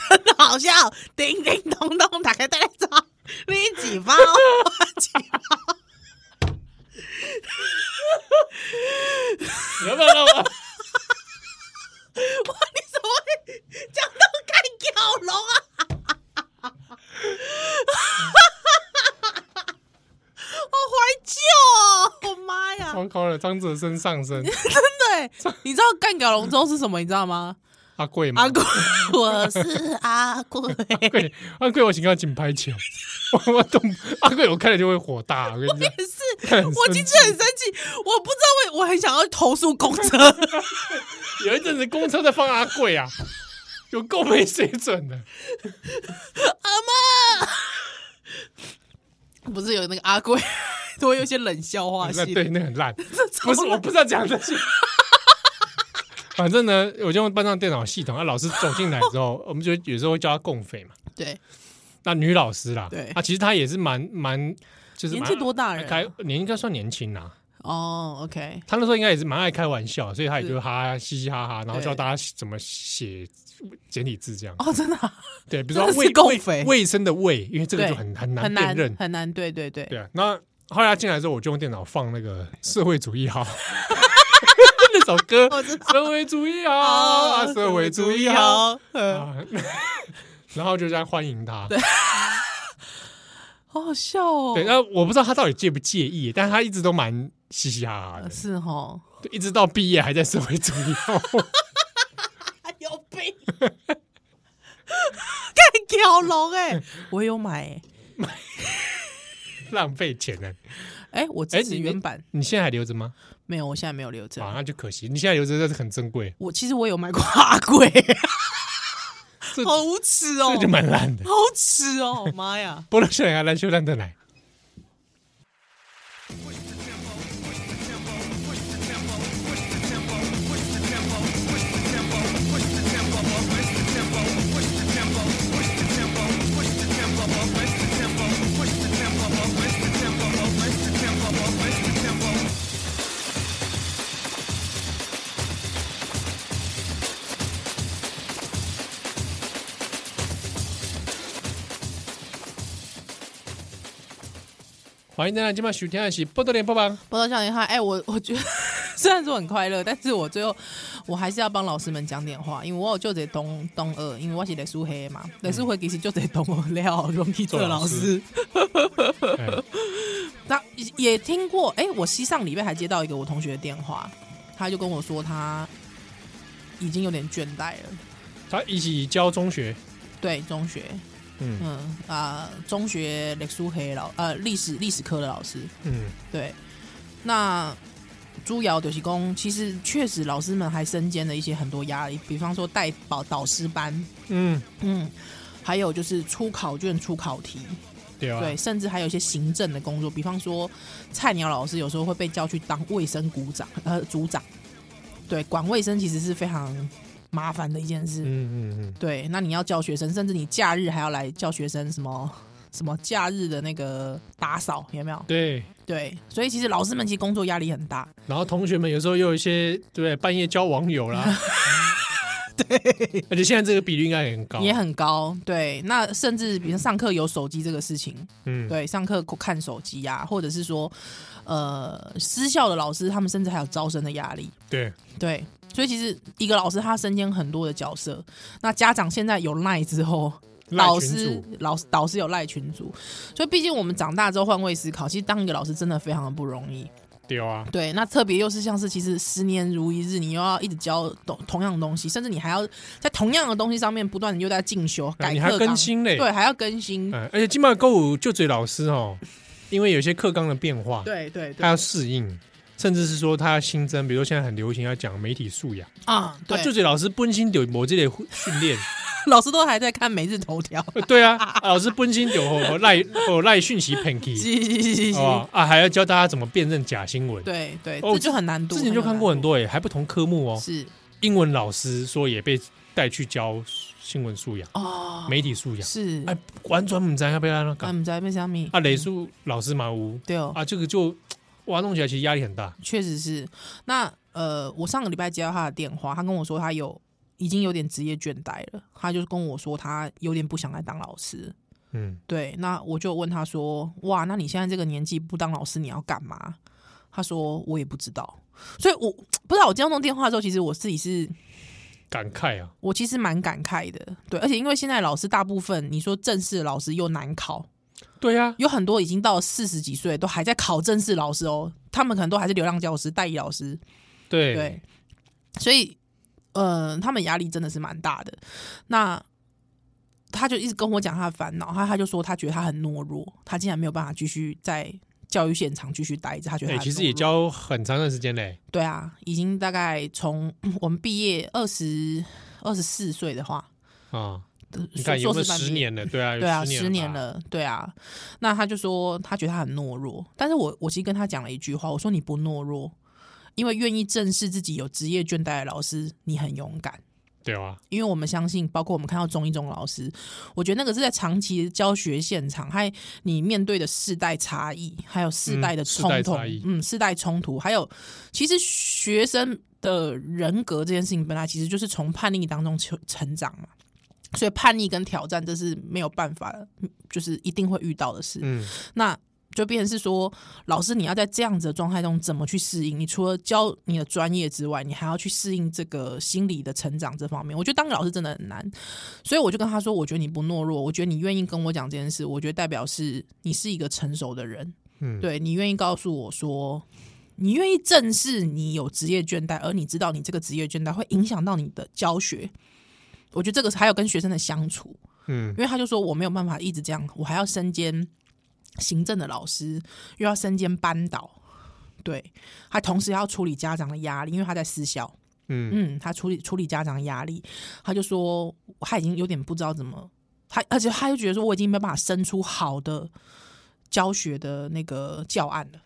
[SPEAKER 3] 这真的好笑！叮叮咚咚，打开袋袋装，拎几哦包，几包。
[SPEAKER 2] 你要不要让我？
[SPEAKER 3] 哇，你怎么会讲到盖屌龙啊？ 好怀旧哦！我妈呀，
[SPEAKER 2] 我靠了，张子升上 身，
[SPEAKER 3] 真的欸，你知道干屌龙舟是什么？你知道吗？
[SPEAKER 2] 阿贵嘛
[SPEAKER 3] 阿，贵，我是阿贵。
[SPEAKER 2] 阿贵，阿贵，我请他紧拍球。 我我懂，阿贵，我看了就会火大。我跟你讲，
[SPEAKER 3] 也是，
[SPEAKER 2] 很
[SPEAKER 3] 我
[SPEAKER 2] 生
[SPEAKER 3] 今天很生气，我不知道为我很想要投诉公车，
[SPEAKER 2] 有一阵子公车在放阿贵啊，有够没水准 的。
[SPEAKER 3] 不是有那个阿贵，都会有一些冷笑话
[SPEAKER 2] 那
[SPEAKER 3] 系
[SPEAKER 2] 对，
[SPEAKER 3] 列。
[SPEAKER 2] 那很 烂。不是，我不知道讲这些。 反正呢，我就用班上电脑系统，那啊老师走进来之 后，我们就有时候会叫他共匪嘛。
[SPEAKER 3] 对，
[SPEAKER 2] 那女老师啦，
[SPEAKER 3] 对
[SPEAKER 2] 啊，其实她也是蛮蛮，就是
[SPEAKER 3] 年
[SPEAKER 2] 蛮
[SPEAKER 3] 纪多大
[SPEAKER 2] 爱
[SPEAKER 3] 人
[SPEAKER 2] 开
[SPEAKER 3] 啊？
[SPEAKER 2] 年应该算年轻啦。
[SPEAKER 3] 哦，OK，
[SPEAKER 2] 她那时候应该也是蛮爱开玩笑，所以她也就是哈哈嘻嘻哈哈，然后
[SPEAKER 3] 对
[SPEAKER 2] 教大家怎么写简体字这样。
[SPEAKER 3] 哦，真的啊
[SPEAKER 2] 对，比如说
[SPEAKER 3] 真的
[SPEAKER 2] 卫
[SPEAKER 3] 是共
[SPEAKER 2] 卫
[SPEAKER 3] 匪
[SPEAKER 2] 卫生的卫，因为这个
[SPEAKER 3] 对
[SPEAKER 2] 就很很难
[SPEAKER 3] 很
[SPEAKER 2] 辨
[SPEAKER 3] 难
[SPEAKER 2] 认。
[SPEAKER 3] 很难，对对对，
[SPEAKER 2] 对啊，那后来他进来之后，我就用电脑放那个社会主义好 那首 歌，社会主义好啊，社会主义好
[SPEAKER 3] 哦，嗯
[SPEAKER 2] 啊， 然后就这样欢迎他。
[SPEAKER 3] 好好笑哦，
[SPEAKER 2] 对，那我不知道他到底介不介意，但他一直都蛮嘻嘻哈哈的
[SPEAKER 3] 呃，是 哦，
[SPEAKER 2] 对一直到毕业还在社会主义好。哎
[SPEAKER 3] 有 病，干屌龙哎，我也有买欸
[SPEAKER 2] 浪费钱 呢。
[SPEAKER 3] 哎，我
[SPEAKER 2] 哎
[SPEAKER 3] 支持
[SPEAKER 2] 你
[SPEAKER 3] 原版，
[SPEAKER 2] 你现在还留着吗？
[SPEAKER 3] 没有，我现在没有留
[SPEAKER 2] 啊，
[SPEAKER 3] 着。
[SPEAKER 2] 那就可惜，你现在留着这是很珍贵，
[SPEAKER 3] 我其实我有买过 阿贵，
[SPEAKER 2] 这
[SPEAKER 3] 好无耻哦
[SPEAKER 2] 这，就蛮烂的。
[SPEAKER 3] 好耻哦，妈呀！
[SPEAKER 2] 波罗少年篮球蛋蛋奶，欢迎大家今晚收听的是波多连播榜。
[SPEAKER 3] 报道少年哈，哎、 我我觉得 虽然说很快乐，但是我最后我还是要帮老师们讲点话，因为我有就得东东二，因为我是雷苏黑嘛，雷苏黑其实就得东二料容易做老师。
[SPEAKER 2] 哎
[SPEAKER 3] 那也听过，哎、我西上礼拜还接到一个我同学的电话，他就跟我说他已经有点倦怠了。
[SPEAKER 2] 他一起教中学，
[SPEAKER 3] 对中学，
[SPEAKER 2] 嗯
[SPEAKER 3] 嗯啊、中学历史黑老呃历史历史科的老师，
[SPEAKER 2] 嗯，
[SPEAKER 3] 对，那朱瑶就是公，其实确实老师们还身兼了一些很多压力，比方说带导导师班，
[SPEAKER 2] 嗯，
[SPEAKER 3] 嗯，还有就是出考卷、出考题，
[SPEAKER 2] 对啊，
[SPEAKER 3] 对，甚至还有一些行政的工作，比方说菜鸟老师有时候会被叫去当卫生股长呃组长，对，管卫生其实是非常麻烦的一件事。
[SPEAKER 2] 嗯嗯
[SPEAKER 3] 对，那你要教学生，甚至你假日还要来教学生什么什么假日的那个打扫，有没有
[SPEAKER 2] 嗯，？对。
[SPEAKER 3] 对，所以其实老师们其实工作压力很大。
[SPEAKER 2] 然后同学们有时候又有一些对不对半夜交网友 啦，对，而且现在这个比率应该也很高，
[SPEAKER 3] 也很高，对。那甚至比如上课有手机这个事情，
[SPEAKER 2] 嗯，
[SPEAKER 3] 对，上课看手机呀、或者是说，呃，私校的老师他们甚至还有招生的压力，
[SPEAKER 2] 对
[SPEAKER 3] 对。所以其实一个老师他身兼很多的角色，那家长现在有赖之后，
[SPEAKER 2] 赖
[SPEAKER 3] 老
[SPEAKER 2] 群
[SPEAKER 3] 师
[SPEAKER 2] 组
[SPEAKER 3] 老师导师有赖群组，所以毕竟我们长大之后换位思考，其实当一个老师真的非常的不容易。
[SPEAKER 2] 对啊，
[SPEAKER 3] 对，那特别又是像是其实十年如一日，你又要一直教同同样的东西，甚至你还要在同样的东西上面不断的又在进修、
[SPEAKER 2] 啊
[SPEAKER 3] 改
[SPEAKER 2] 你还
[SPEAKER 3] 课纲
[SPEAKER 2] 更新嘞
[SPEAKER 3] 对，还要更新，
[SPEAKER 2] 嗯，而且今晚购物就嘴老师哦，因为有些课纲的变化，
[SPEAKER 3] 对对
[SPEAKER 2] 他
[SPEAKER 3] 对
[SPEAKER 2] 要适应，甚至是说他要新增，比如说现在很流行要讲媒体素养，
[SPEAKER 3] 啊，对，
[SPEAKER 2] 啊就嘴老师奔心丢某这类训练，
[SPEAKER 3] 老师都还在看每日头条，
[SPEAKER 2] 呃对啊，啊老师奔心丢我赖我赖讯息 panky，
[SPEAKER 3] 嘻嘻嘻嘻，
[SPEAKER 2] 哦啊，还要教大家怎么辨认假新闻，
[SPEAKER 3] 对对，
[SPEAKER 2] 哦
[SPEAKER 3] 这就很难度。
[SPEAKER 2] 之前就看过很
[SPEAKER 3] 多，
[SPEAKER 2] 多诶，还不同科目哦。
[SPEAKER 3] 是
[SPEAKER 2] 英文老师说也被带去教新闻素养、
[SPEAKER 3] 哦，
[SPEAKER 2] 媒体素养，
[SPEAKER 3] 是，
[SPEAKER 2] 哎，完全不知道要不要那
[SPEAKER 3] 啊，
[SPEAKER 2] 个。
[SPEAKER 3] 唔知道要啥物
[SPEAKER 2] 啊，雷叔老师嘛有
[SPEAKER 3] 对哦，
[SPEAKER 2] 啊，这个就哇，弄起来其实压力很大。
[SPEAKER 3] 确实是。那呃，我上个礼拜接到他的电话，他跟我说他有已经有点职业倦怠了，他就跟我说他有点不想来当老师。
[SPEAKER 2] 嗯，
[SPEAKER 3] 对，那我就问他说：“哇，那你现在这个年纪不当老师，你要干嘛？”他说：“我也不知道。”所以我，不知道我接到那通电话之后，其实我自己是
[SPEAKER 2] 感慨啊，
[SPEAKER 3] 我其实蛮感慨的，对，而且因为现在老师大部分你说正式的老师又难考，
[SPEAKER 2] 对啊呀、
[SPEAKER 3] 有很多已经到四十几岁都还在考正式老师哦，他们可能都还是流量教师、代理老师，
[SPEAKER 2] 对
[SPEAKER 3] 对，所以呃，他们压力真的是蛮大的。那他就一直跟我讲他的烦恼，他他就说他觉得他很懦弱，他竟然没有办法继续在教育现场继续待着，他觉得
[SPEAKER 2] 哎、
[SPEAKER 3] 他很
[SPEAKER 2] 其实
[SPEAKER 3] 懦
[SPEAKER 2] 也
[SPEAKER 3] 弱
[SPEAKER 2] 教很长一段时间嘞，
[SPEAKER 3] 对啊，已经大概从嗯我们毕业二十二十四岁的话，
[SPEAKER 2] 啊、
[SPEAKER 3] 呃
[SPEAKER 2] 你看有
[SPEAKER 3] 硕
[SPEAKER 2] 没有
[SPEAKER 3] 硕士班
[SPEAKER 2] 十
[SPEAKER 3] 毕业
[SPEAKER 2] 年了？对啊，有
[SPEAKER 3] 对啊，
[SPEAKER 2] 年
[SPEAKER 3] 十年
[SPEAKER 2] 吧。
[SPEAKER 3] 了，对啊。那他就说他觉得他很懦弱，但是我我其实跟他讲了一句话，我说你不懦弱，因为愿意正视自己有职业倦怠的老师，你很勇敢。
[SPEAKER 2] 对啊，
[SPEAKER 3] 因为我们相信，包括我们看到中一中老师，我觉得那个是在长期教学现场，还你面对的世代差异，还有世代的
[SPEAKER 2] 嗯世
[SPEAKER 3] 冲
[SPEAKER 2] 代
[SPEAKER 3] 突
[SPEAKER 2] 差异，
[SPEAKER 3] 嗯，世代冲突，还有其实学生的人格这件事情，本来其实就是从叛逆当中成成长嘛，所以叛逆跟挑战这是没有办法，就是一定会遇到的事。
[SPEAKER 2] 嗯，
[SPEAKER 3] 那就变成是说，老师你要在这样子的状态中怎么去适应？你除了教你的专业之外，你还要去适应这个心理的成长这方面。我觉得当个老师真的很难，所以我就跟他说，我觉得你不懦弱，我觉得你愿意跟我讲这件事，我觉得代表是你是一个成熟的人，
[SPEAKER 2] 嗯
[SPEAKER 3] 对你愿意告诉我说。你愿意正视你有职业倦怠，而你知道你这个职业倦怠会影响到你的教学，我觉得这个是还有跟学生的相处，
[SPEAKER 2] 嗯，
[SPEAKER 3] 因为他就说我没有办法一直这样，我还要身兼行政的老师，又要身兼班导，对，还同时要处理家长的压力，因为他在私校，
[SPEAKER 2] 嗯
[SPEAKER 3] 嗯，他处理处理家长的压力，他就说他已经有点不知道怎么，他而且他就觉得说我已经没有办法生出好的教学的那个教案了。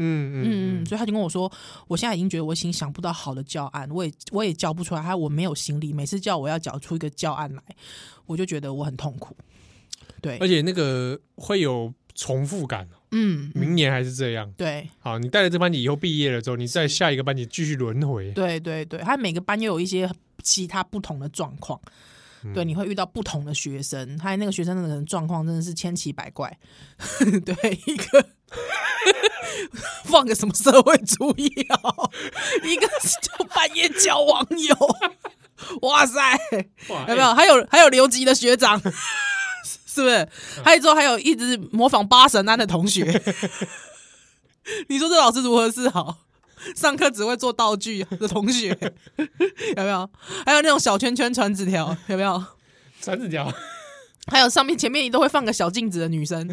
[SPEAKER 2] 嗯嗯
[SPEAKER 3] 嗯嗯，所以他就跟我说，我现在已经觉得我已经想不到好的教案，我也我也教不出来，还有我没有心力，每次叫我要找出一个教案来，我就觉得我很痛苦。对
[SPEAKER 2] 而，且那个会有重复感，
[SPEAKER 3] 嗯，
[SPEAKER 2] 明年还是这样。
[SPEAKER 3] 对
[SPEAKER 2] 好，你带了这班级以后毕业了之后，你在下一个班级继续轮回。
[SPEAKER 3] 对对对，他每个班又有一些其他不同的状况，对，你会遇到不同的学生，还有那个学生的可能状况真的是千奇百怪， 对，一个放个什么社会主义哦，一个是就半夜交网友，哇哎塞！
[SPEAKER 2] 哇
[SPEAKER 3] 有没有？？还有还有留级的学长，是不是？还有之后还有一直模仿八神庵的同学， 你说这老师如何是好？上课只会做道具的同学， 有没有？还有那种小圈圈传纸条，有没有？
[SPEAKER 2] 三指 条，
[SPEAKER 3] 还有上面前面都会放个小镜子的女生，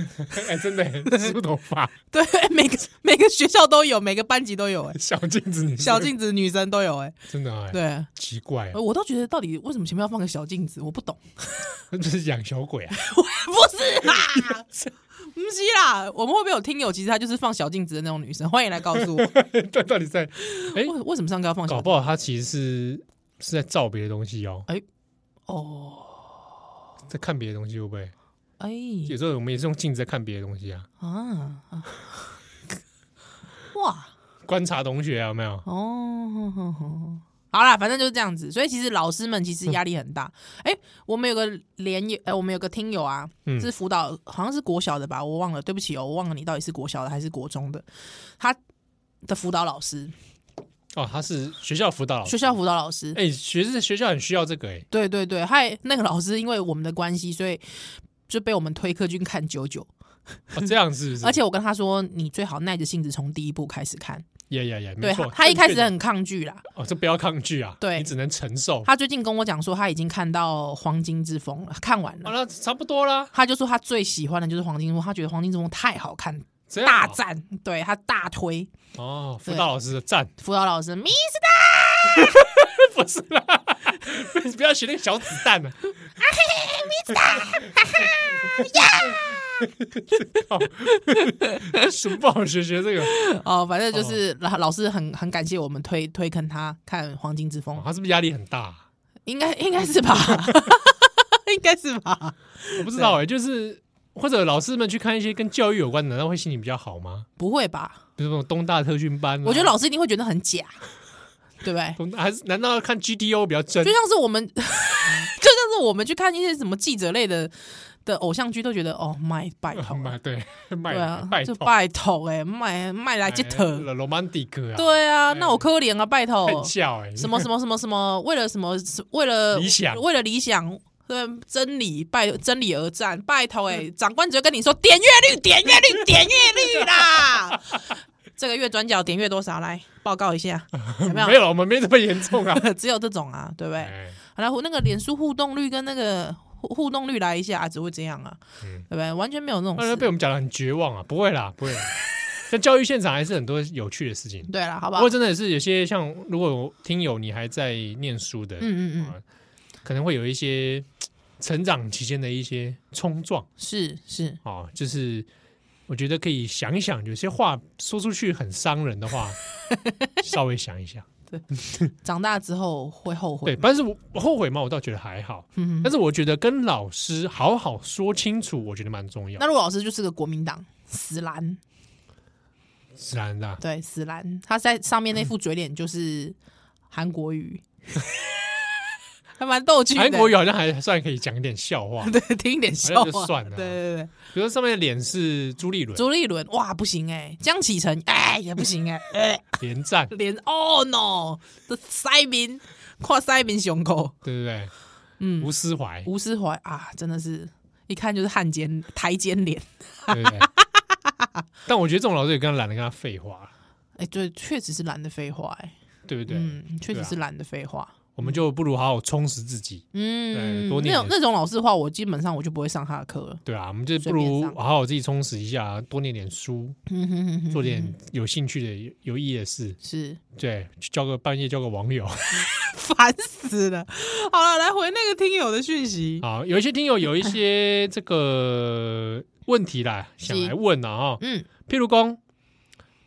[SPEAKER 2] 哎，真的梳头发，
[SPEAKER 3] 对，每个每个学校都有，每个班级都有、哎，
[SPEAKER 2] 小镜子女生，
[SPEAKER 3] 小镜子女生都有、哎，
[SPEAKER 2] 真的哎，
[SPEAKER 3] 对，哦
[SPEAKER 2] 奇怪啊，
[SPEAKER 3] 我都觉得到底为什么前面要放个小镜子，我不懂。
[SPEAKER 2] 这是养小鬼啊？
[SPEAKER 3] 不是啦， 不是啦，我们会不会有听友？其实她就是放小镜子的那种女生，欢迎来告 诉我，
[SPEAKER 2] 到到底在
[SPEAKER 3] 为为什么上课要放小
[SPEAKER 2] 搞
[SPEAKER 3] 镜
[SPEAKER 2] 不好他其实是是在照别的东西哦，
[SPEAKER 3] 哦，
[SPEAKER 2] 在看别的东西会不会？
[SPEAKER 3] 哎
[SPEAKER 2] 有时候我们也是用镜子在看别的东西啊，
[SPEAKER 3] 啊，啊 哇
[SPEAKER 2] 观察同学啊，有没有？
[SPEAKER 3] 哦。 好啦，反正就是这样子，所以其实老师们其实压力很大。哎、我们有个连友，哎、我们有个听友啊，
[SPEAKER 2] 嗯
[SPEAKER 3] 是辅导，好像是国小的吧，我忘了，对不起哦，我忘了你到底是国小的还是国中的。他的辅导老师，
[SPEAKER 2] 哦，他是学校辅导老师，
[SPEAKER 3] 学校辅导老师，
[SPEAKER 2] 哎，学生学校很需要这个哎，
[SPEAKER 3] 对对对，还那个老师因为我们的关系，所以就被我们推客去看九九。
[SPEAKER 2] 哦，这样是不是？
[SPEAKER 3] 而且我跟他说，你最好耐着性子从第一部开始看。
[SPEAKER 2] 呀呀呀，没
[SPEAKER 3] 对
[SPEAKER 2] 错，，
[SPEAKER 3] 他一开
[SPEAKER 2] 正确
[SPEAKER 3] 始
[SPEAKER 2] 的
[SPEAKER 3] 很抗拒啦。
[SPEAKER 2] 哦，这不要抗拒啊，
[SPEAKER 3] 对
[SPEAKER 2] 你只能承受。
[SPEAKER 3] 他最近跟我讲说，他已经看到《黄金之风》了，看完
[SPEAKER 2] 好
[SPEAKER 3] 了。
[SPEAKER 2] 了，差不多啦，
[SPEAKER 3] 他就说他最喜欢的就是《黄金之风》，他觉得《黄金之风》太好看，
[SPEAKER 2] 这样啊
[SPEAKER 3] 大赞，对他大推。
[SPEAKER 2] 哦，辅导老师的赞，
[SPEAKER 3] 辅导老师，咪
[SPEAKER 2] 不是啦，不要学那个小子弹啊，哈哈，呀，什么不好学学这个？
[SPEAKER 3] 哦，反正就是老老师很很感谢我们推推坑他看《黄金之风
[SPEAKER 2] 哦》，他是不是压力很大啊？
[SPEAKER 3] 应该应该是吧，应该是吧。
[SPEAKER 2] 我不知道哎，就是或者老师们去看一些跟教育有关的，难道会心情比较好吗？
[SPEAKER 3] 不会吧？
[SPEAKER 2] 比如说那种东大特训班啊、
[SPEAKER 3] 我觉得老师一定会觉得很假，对不对？
[SPEAKER 2] 东大还是难道要看 GDO 比较真
[SPEAKER 3] 就？像是我们， 就像是我们去看一些什么记者类的的偶像剧，都觉得哦，卖拜托，
[SPEAKER 2] 卖对卖
[SPEAKER 3] 对啊，
[SPEAKER 2] 卖
[SPEAKER 3] 就拜托哎，卖卖来接头，
[SPEAKER 2] 哎，romantic 啊，
[SPEAKER 3] 对啊，那我可怜啊，拜托，
[SPEAKER 2] 很笑哎，
[SPEAKER 3] 什么什么什么什么，为了什么，为了
[SPEAKER 2] 理想
[SPEAKER 3] 为了理想。对真理拜真理而战，拜托
[SPEAKER 2] 嗯
[SPEAKER 3] 哎、长官只会跟你说点阅率，点阅率，点阅率 啦。这个月转角点阅多少？来报告一下，有没有？
[SPEAKER 2] 没有，我们没这么严重啊。
[SPEAKER 3] 只有这种啊，对不对？
[SPEAKER 2] 哎
[SPEAKER 3] 好了，那个脸书互动率跟那个互互动率来一下、啊，只会这样啊，
[SPEAKER 2] 嗯
[SPEAKER 3] 对不对？完全没有那种
[SPEAKER 2] 当然
[SPEAKER 3] 事。
[SPEAKER 2] 被我们讲的很绝望啊，不会啦， 不会啦。在教育现场还是很多有趣的事情，
[SPEAKER 3] 对了，好
[SPEAKER 2] 不
[SPEAKER 3] 不好？
[SPEAKER 2] 过真的是有些像，如果有听友你还在念书的，
[SPEAKER 3] 嗯嗯嗯，
[SPEAKER 2] 啊可能会有一些嘖成长期间的一些冲撞
[SPEAKER 3] 是是，
[SPEAKER 2] 啊，就是我觉得可以想一想，有些话说出去很伤人的 话，稍微想一想。
[SPEAKER 3] 长大之后会后
[SPEAKER 2] 对，
[SPEAKER 3] 悔。
[SPEAKER 2] 但是我我后悔吗？我倒觉得还好，
[SPEAKER 3] 嗯
[SPEAKER 2] 但是我觉得跟老师好好说清楚，我觉得蛮重要
[SPEAKER 3] 那。陆老师就是个国民党死蓝，
[SPEAKER 2] 自然的啊，
[SPEAKER 3] 对死蓝，他在上面那副嘴脸就是韩 国语，还蛮逗趣的。
[SPEAKER 2] 韩国语好像还算可以讲一点笑话，
[SPEAKER 3] 对，听一点笑
[SPEAKER 2] 好像就
[SPEAKER 3] 话，
[SPEAKER 2] 算了啊
[SPEAKER 3] 对对对。
[SPEAKER 2] 比如说上面的脸是朱立伦，
[SPEAKER 3] 朱立伦哇不行哎、江启臣哎也不行哎、哎
[SPEAKER 2] 连战，
[SPEAKER 3] 连哦 no 这塞宾跨塞宾胸口。
[SPEAKER 2] 对不对？
[SPEAKER 3] 嗯
[SPEAKER 2] 吴思怀，
[SPEAKER 3] 吴思怀啊，真的是一看就是汉奸台奸脸。
[SPEAKER 2] 对不对？ 但我觉得这种老师也跟他懒得跟他废话，
[SPEAKER 3] 哎、对，确实是懒得废话、哎，
[SPEAKER 2] 对不对？
[SPEAKER 3] 嗯，确实是
[SPEAKER 2] 对
[SPEAKER 3] 懒得废话。
[SPEAKER 2] 我们就不如好好充实自己，对
[SPEAKER 3] 嗯，
[SPEAKER 2] 多念
[SPEAKER 3] 那种
[SPEAKER 2] 点
[SPEAKER 3] 那种老师的话，我基本上我就不会上他的课了。
[SPEAKER 2] 对啊，我们就不
[SPEAKER 3] 随便
[SPEAKER 2] 如
[SPEAKER 3] 上
[SPEAKER 2] 好好自己充实一下，多念点书，
[SPEAKER 3] 嗯哼哼哼
[SPEAKER 2] 做点有兴趣的、有有意义的事，
[SPEAKER 3] 是
[SPEAKER 2] 对，去交个半夜交个网友
[SPEAKER 3] 烦死了。好了，来回那个听友的讯息。
[SPEAKER 2] 啊。有一些听友有一 些这个问题啦，想来问啊哈，
[SPEAKER 3] 嗯，
[SPEAKER 2] 譬如讲。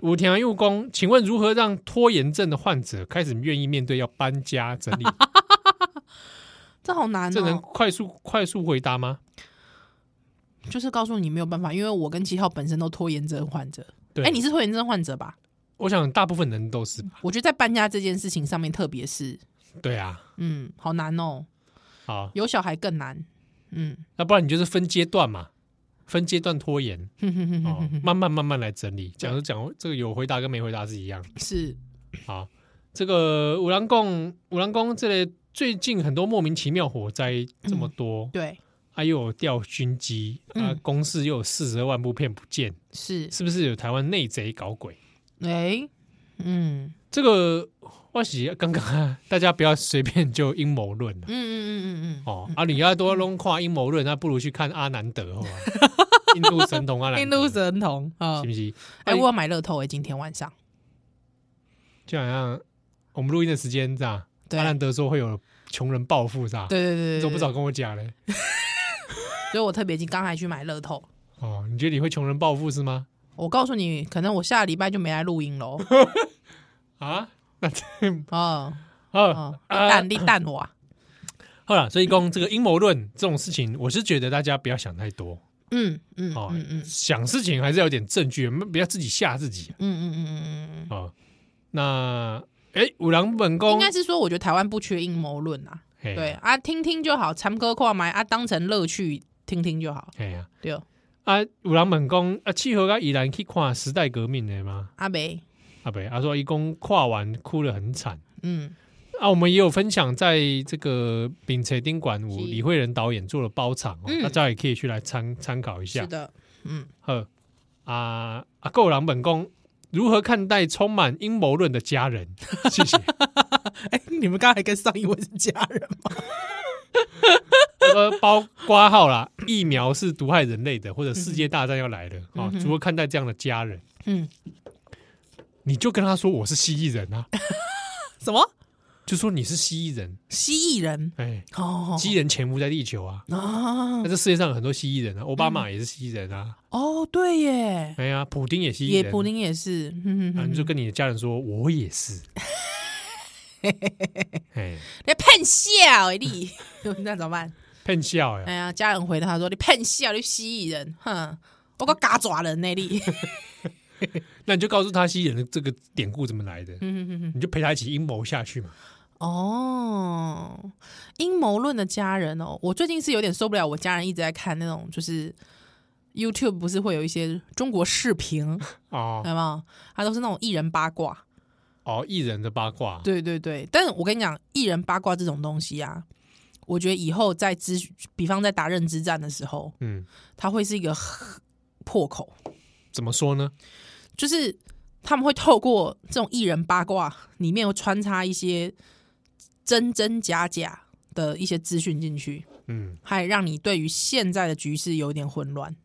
[SPEAKER 2] 武田佑公，请问如何让拖延症的患者开始愿意面对要搬家整 理？
[SPEAKER 3] 这好难
[SPEAKER 2] 这能
[SPEAKER 3] 啊哦、
[SPEAKER 2] 快速快速回答吗？
[SPEAKER 3] 就是告诉你没有办法，因为我跟七号本身都拖延症患者。
[SPEAKER 2] 对，
[SPEAKER 3] 哎、你是拖延症患者吧？
[SPEAKER 2] 我想大部分人都是吧，
[SPEAKER 3] 我觉得在搬家这件事情上面，特别是
[SPEAKER 2] 对啊，
[SPEAKER 3] 嗯，好难哦、
[SPEAKER 2] 好，
[SPEAKER 3] 有小孩更难。嗯，
[SPEAKER 2] 那不然你就是分阶段嘛，分阶段拖延
[SPEAKER 3] 哼哼哼哼
[SPEAKER 2] 哦
[SPEAKER 3] 哼哼，
[SPEAKER 2] 慢慢慢慢来整理，讲着讲这个有回答跟没回答是一样。
[SPEAKER 3] 是
[SPEAKER 2] 好，这个五郎贡五郎宫这类最近很多莫名其妙火灾这么多，
[SPEAKER 3] 对，
[SPEAKER 2] 啊又有掉军机，啊
[SPEAKER 3] 嗯
[SPEAKER 2] 公示又有四十万部片不见，
[SPEAKER 3] 是，
[SPEAKER 2] 是不是有台湾内贼搞鬼？
[SPEAKER 3] 哎、嗯
[SPEAKER 2] 这个我喜刚刚啊大家不要随便就阴谋论了
[SPEAKER 3] 嗯。嗯嗯嗯
[SPEAKER 2] 哦，啊，你要多弄跨阴谋论，那不如去看阿南德，好 吧？印度神童阿南
[SPEAKER 3] 嗯，
[SPEAKER 2] 德，
[SPEAKER 3] 印度神童啊
[SPEAKER 2] 是不，是？
[SPEAKER 3] 哎、
[SPEAKER 2] 哎
[SPEAKER 3] 我要买乐透哎、今天晚上，
[SPEAKER 2] 就好像我们录音的时间是吧？
[SPEAKER 3] 对
[SPEAKER 2] 阿南德说会有穷人暴富是吧？，
[SPEAKER 3] 对对对
[SPEAKER 2] 你
[SPEAKER 3] 对，
[SPEAKER 2] 怎么不
[SPEAKER 3] 对
[SPEAKER 2] 早跟我讲嘞？
[SPEAKER 3] 所以我特别今刚才去买乐透。
[SPEAKER 2] 哦，你觉得你会穷人暴富是吗？
[SPEAKER 3] 我告诉你，可能我下礼拜就没来录音喽。
[SPEAKER 2] 啊，那
[SPEAKER 3] 哦
[SPEAKER 2] 啊
[SPEAKER 3] 哦，
[SPEAKER 2] 啊，
[SPEAKER 3] 蛋你蛋我啊，
[SPEAKER 2] 好了，所以讲这个阴谋论这种事情，我是觉得大家不要想太多
[SPEAKER 3] 嗯嗯
[SPEAKER 2] 哦
[SPEAKER 3] 嗯嗯，
[SPEAKER 2] 想事情还是要有点证据，不要自己吓自己啊
[SPEAKER 3] 嗯嗯嗯嗯嗯
[SPEAKER 2] 哦。那哎，五郎本
[SPEAKER 3] 嗯，
[SPEAKER 2] 宫
[SPEAKER 3] 应该是说，我觉得台湾不缺阴谋论啊，
[SPEAKER 2] 嘿
[SPEAKER 3] 对啊，听听就好，参歌跨买啊，当成乐趣听听就好，
[SPEAKER 2] 哎呀。
[SPEAKER 3] 对哦，
[SPEAKER 2] 啊，有人问讲啊，契合跟依然去看时代革命的吗？
[SPEAKER 3] 阿北，
[SPEAKER 2] 啊不，他说一共跨完哭得很惨
[SPEAKER 3] 嗯，
[SPEAKER 2] 啊。我们也有分享，在这个秉承丁管舞
[SPEAKER 3] 是
[SPEAKER 2] 李慧仁导演做了包场、哦，
[SPEAKER 3] 嗯
[SPEAKER 2] 大家也可以去来参参考一
[SPEAKER 3] 是
[SPEAKER 2] 下。
[SPEAKER 3] 的，嗯。
[SPEAKER 2] 呵啊啊，够狼本宫如何看待充满阴谋论的家人？谢 谢。
[SPEAKER 3] 哎、你们刚才跟上一位是家人吗？
[SPEAKER 2] 他说呃包挂号啦，疫苗是毒害人类的，或者世界大战要来了啊，如何看待这样的家人？
[SPEAKER 3] 嗯，
[SPEAKER 2] 你就跟他说我是蜥蜴人啊，
[SPEAKER 3] 什么
[SPEAKER 2] 就说你是蜥蜴人。
[SPEAKER 3] 蜥蜴人？
[SPEAKER 2] 哎，
[SPEAKER 3] 哦
[SPEAKER 2] 蜥蜴人潜伏在地球啊，
[SPEAKER 3] 啊
[SPEAKER 2] 那这世界上有很多蜥蜴人啊，奥巴
[SPEAKER 3] 嗯
[SPEAKER 2] 马也是蜥蜴人啊，
[SPEAKER 3] 哦，对耶，
[SPEAKER 2] 哎呀，普丁也蜥蜴
[SPEAKER 3] 也
[SPEAKER 2] 人啊，
[SPEAKER 3] 普丁也是，嗯
[SPEAKER 2] 啊，
[SPEAKER 3] 嗯
[SPEAKER 2] 你就
[SPEAKER 3] 嗯，
[SPEAKER 2] 跟你的家人说，我也 是，哎，
[SPEAKER 3] 你在骗笑哎、你 那怎么办？
[SPEAKER 2] 骗笑呀
[SPEAKER 3] 哎，呀，家人回他说：“你骗笑，你蜥蜴人，哼，我个嘎爪人那里。
[SPEAKER 2] 那你就告诉他西人的这个典故怎么来的，
[SPEAKER 3] 嗯哼哼哼
[SPEAKER 2] 你就陪他一起阴谋下去嘛。”
[SPEAKER 3] 哦，阴谋论的家人哦，我最近是有点受不了，我家人一直在看那种就是。YouTube 不是会有一些中国视频，
[SPEAKER 2] 哦
[SPEAKER 3] 对吗？它都是那种艺人八卦，
[SPEAKER 2] 哦，艺人的八卦，
[SPEAKER 3] 对对对，但是我跟你讲，艺人八卦这种东西啊，我觉得以后在咨询，比方在打认知战的时候，
[SPEAKER 2] 嗯，
[SPEAKER 3] 它会是一个很破口，
[SPEAKER 2] 怎么说呢？
[SPEAKER 3] 就是他们会透过这种艺人八卦里面会穿插一些真真假假的一些资讯进去，
[SPEAKER 2] 嗯，
[SPEAKER 3] 还让你对于现在的局势有点混乱。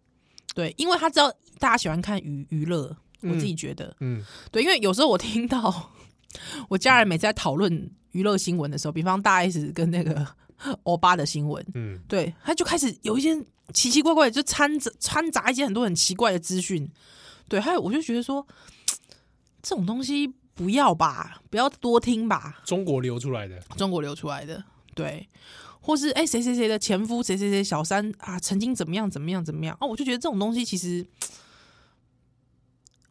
[SPEAKER 3] 对，因为他知道大家喜欢看娱娱乐，我自己觉得，
[SPEAKER 2] 嗯
[SPEAKER 3] 对，因为有时候我听到我家人每次在讨论娱乐新闻的时候，比方大 S 跟那个 欧巴的新闻，
[SPEAKER 2] 嗯，
[SPEAKER 3] 对，他就开始有一些奇奇怪怪的，就掺杂掺杂一些很多很奇怪的资讯。对，还有我就觉得说，这种东西不要吧，不要多听吧，
[SPEAKER 2] 中国流出来的，
[SPEAKER 3] 中国流出来的，对，或是哎谁谁谁的前夫谁谁谁小三啊，曾经怎么样怎么样怎么样哦，我就觉得这种东西其实。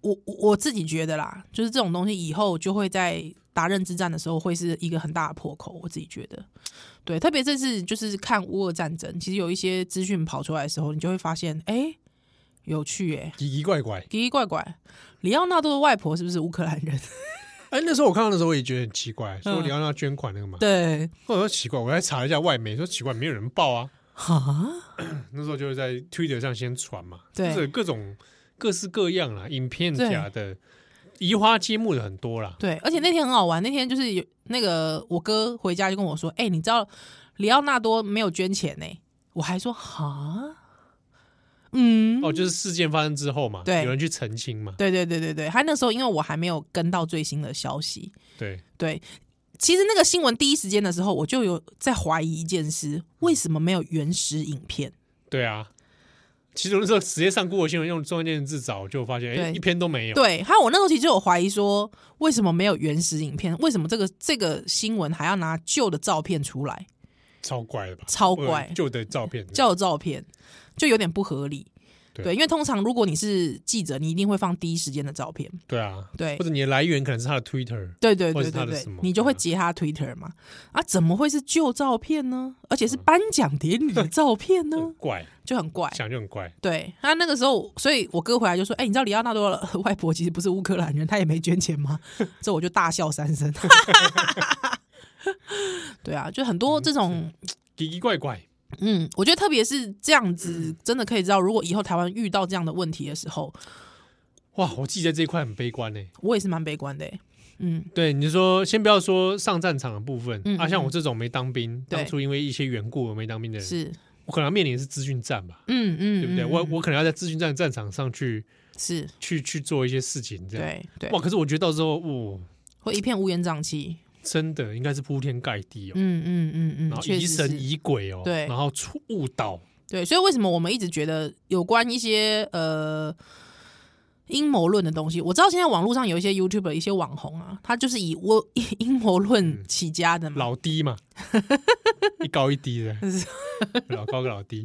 [SPEAKER 3] 我我我自己觉得啦，就是这种东西以后就会在打认知战的时候会是一个很大的破口，我自己觉得。对，特别这次就是看乌俄战争，其实有一些资讯跑出来的时候，你就会发现，哎、有趣哎、
[SPEAKER 2] 奇奇怪怪。
[SPEAKER 3] 奇奇怪怪。里奥纳多的外婆是不是乌克兰人？
[SPEAKER 2] 哎，那时候我看到的时候，我也觉得很奇怪，说你要让他捐款那个嘛，
[SPEAKER 3] 嗯对，
[SPEAKER 2] 我说奇怪，我还查了一下外媒，说奇怪没有人报啊。
[SPEAKER 3] 哈，
[SPEAKER 2] 那时候就是在 Twitter 上先传嘛，
[SPEAKER 3] 对
[SPEAKER 2] 就是有各种各式各样啦，影片假的，移花接木的很多啦。
[SPEAKER 3] 对，而且那天很好玩，那天就是有那个我哥回家就跟我说，哎、你知道里奥纳多没有捐钱呢、我还说哈，嗯，
[SPEAKER 2] 哦，就是事件发生之后嘛，
[SPEAKER 3] 对
[SPEAKER 2] 有人去澄清嘛，
[SPEAKER 3] 对对对对对，他那时候因为我还没有跟到最新的消息，
[SPEAKER 2] 对，
[SPEAKER 3] 对，其实那个新闻第一时间的时候，我就有在怀疑一件事：为什么没有原始影片？
[SPEAKER 2] 对啊。其实我那时候直接上 Google 新闻用中文键字找，就发现哎、
[SPEAKER 3] 对
[SPEAKER 2] 一篇都没有。
[SPEAKER 3] 对，还有我那时候其实就有怀疑说，为什么没有原始影片？为什么这个这个新闻还要拿旧的照片出来？
[SPEAKER 2] 超怪的吧？
[SPEAKER 3] 超怪
[SPEAKER 2] 旧的照片，
[SPEAKER 3] 旧的照片就有点不合理。
[SPEAKER 2] 对
[SPEAKER 3] 对，因为通常如果你是记者，你一定会放第一时间的照片。
[SPEAKER 2] 对啊，
[SPEAKER 3] 对
[SPEAKER 2] 或者你的来源可能是他的 Twitter，
[SPEAKER 3] 对对
[SPEAKER 2] 或
[SPEAKER 3] 对
[SPEAKER 2] 是他的
[SPEAKER 3] 对对
[SPEAKER 2] 什么，
[SPEAKER 3] 你就会截他 Twitter 嘛？啊，怎么会是旧照片呢？而且是
[SPEAKER 2] 嗯
[SPEAKER 3] 颁奖典礼的照 片呢，
[SPEAKER 2] 很怪，
[SPEAKER 3] 就很怪。
[SPEAKER 2] 想就很怪，
[SPEAKER 3] 对他那个时候，所以我哥回来就说：“哎、你知道里奥纳多的 外婆其实不是乌克兰人，他也没捐钱吗？” 这我就大笑三声。 对啊，就很多
[SPEAKER 2] 嗯
[SPEAKER 3] 这种，
[SPEAKER 2] 奇奇怪怪。
[SPEAKER 3] 嗯，我觉得特别是这样
[SPEAKER 2] 嗯
[SPEAKER 3] 子，真的可以知道，如果以后台湾遇到这样的问题的时候，
[SPEAKER 2] 哇，我自己在这一块很悲观呢、
[SPEAKER 3] 我也是蛮悲观的、欸。嗯，
[SPEAKER 2] 对，你说先不要说上战场的部分
[SPEAKER 3] 嗯
[SPEAKER 2] 啊，像
[SPEAKER 3] 嗯
[SPEAKER 2] 我这种没当兵，
[SPEAKER 3] 对
[SPEAKER 2] 当初因为一些缘故而没当兵的人，
[SPEAKER 3] 是，
[SPEAKER 2] 我可能要面临的是资讯战吧，
[SPEAKER 3] 嗯嗯，
[SPEAKER 2] 对不对？
[SPEAKER 3] 嗯
[SPEAKER 2] 我
[SPEAKER 3] 嗯
[SPEAKER 2] 我可能要在资讯战的战场上去
[SPEAKER 3] 是
[SPEAKER 2] 去去做一些事情，这样。
[SPEAKER 3] 对对
[SPEAKER 2] 哇，，可是我觉得到时候，哇，
[SPEAKER 3] 会一片乌烟瘴气。
[SPEAKER 2] 真的应该是铺天盖地哦，
[SPEAKER 3] 嗯嗯嗯
[SPEAKER 2] 然
[SPEAKER 3] 嗯，
[SPEAKER 2] 后
[SPEAKER 3] 确
[SPEAKER 2] 疑
[SPEAKER 3] 实
[SPEAKER 2] 神
[SPEAKER 3] 是。
[SPEAKER 2] 疑鬼哦，
[SPEAKER 3] 对
[SPEAKER 2] 然后出误导，
[SPEAKER 3] 对，所以为什么我们一直觉得有关一些呃阴谋论的东西？我知道现在网络上有一些 YouTube 一些网红啊，他就是以我 阴谋
[SPEAKER 2] 嗯
[SPEAKER 3] 论起家的嘛。
[SPEAKER 2] 老低嘛，一高一低的， 老高跟老低。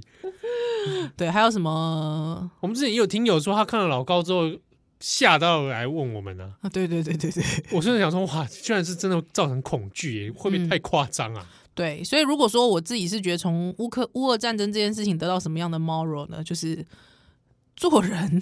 [SPEAKER 3] 对，还有什么？
[SPEAKER 2] 我们之前也有听友说，他看了老高之后吓到来问我们啊，
[SPEAKER 3] 啊对对对对对
[SPEAKER 2] 我真的想说，哇，居然是真的造成恐惧耶，会不
[SPEAKER 3] 嗯
[SPEAKER 2] 会太夸张啊？
[SPEAKER 3] 对，所以如果说我自己是觉得从乌克乌俄战争这件事情得到什么样的 moral 呢？就是做人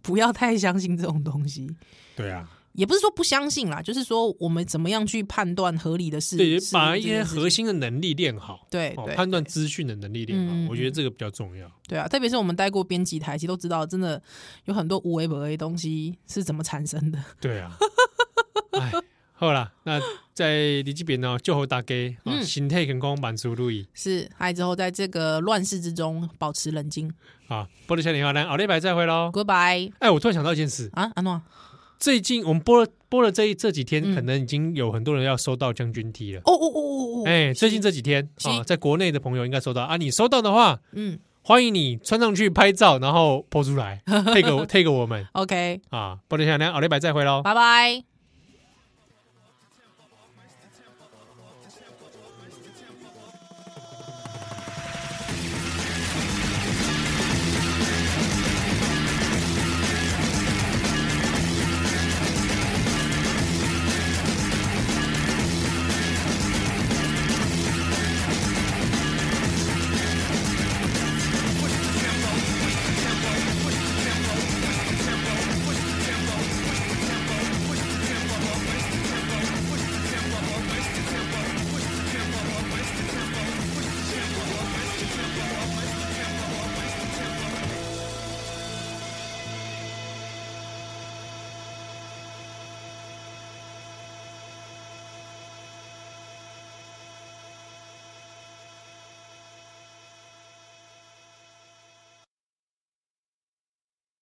[SPEAKER 3] 不要太相信这种东西。
[SPEAKER 2] 对啊，
[SPEAKER 3] 也不是说不相信啦，就是说我们怎么样去判断合理的事，
[SPEAKER 2] 对，
[SPEAKER 3] 事物
[SPEAKER 2] 把
[SPEAKER 3] 这
[SPEAKER 2] 一些
[SPEAKER 3] 件事
[SPEAKER 2] 核心的能力练好，
[SPEAKER 3] 对
[SPEAKER 2] 哦
[SPEAKER 3] 对，
[SPEAKER 2] 判断资讯的能力练
[SPEAKER 3] 嗯
[SPEAKER 2] 好，我觉得这个比较重要。
[SPEAKER 3] 对啊，特别是我们待过编辑台，其实都知道，真的有很多无为不为的东西是怎么产生的。
[SPEAKER 2] 对啊，哎，好啦，那在你这边呢，就和大家啊，
[SPEAKER 3] 嗯
[SPEAKER 2] 心态健康，满足如意
[SPEAKER 3] 是，还之后在这个乱世之中保持冷静。
[SPEAKER 2] 啊。波多小林好，咱奥利白再会喽。
[SPEAKER 3] Goodbye
[SPEAKER 2] 哎，我突然想到一件事，
[SPEAKER 3] 啊，安诺
[SPEAKER 2] 最近我们播了播了这一这几天，
[SPEAKER 3] 嗯
[SPEAKER 2] 可能已经有很多人要收到将军 T 了。
[SPEAKER 3] 哦哦哦哦哦，
[SPEAKER 2] 哎，最近这几天啊，
[SPEAKER 3] 是
[SPEAKER 2] 在国内的朋友应该收到啊，你收到的话。
[SPEAKER 3] 嗯
[SPEAKER 2] 欢迎你穿上去拍照， 然后 po 出来，take 我 take 我们
[SPEAKER 3] ，OK，
[SPEAKER 2] 啊！不能想那奥利白再会喽。
[SPEAKER 3] 拜拜。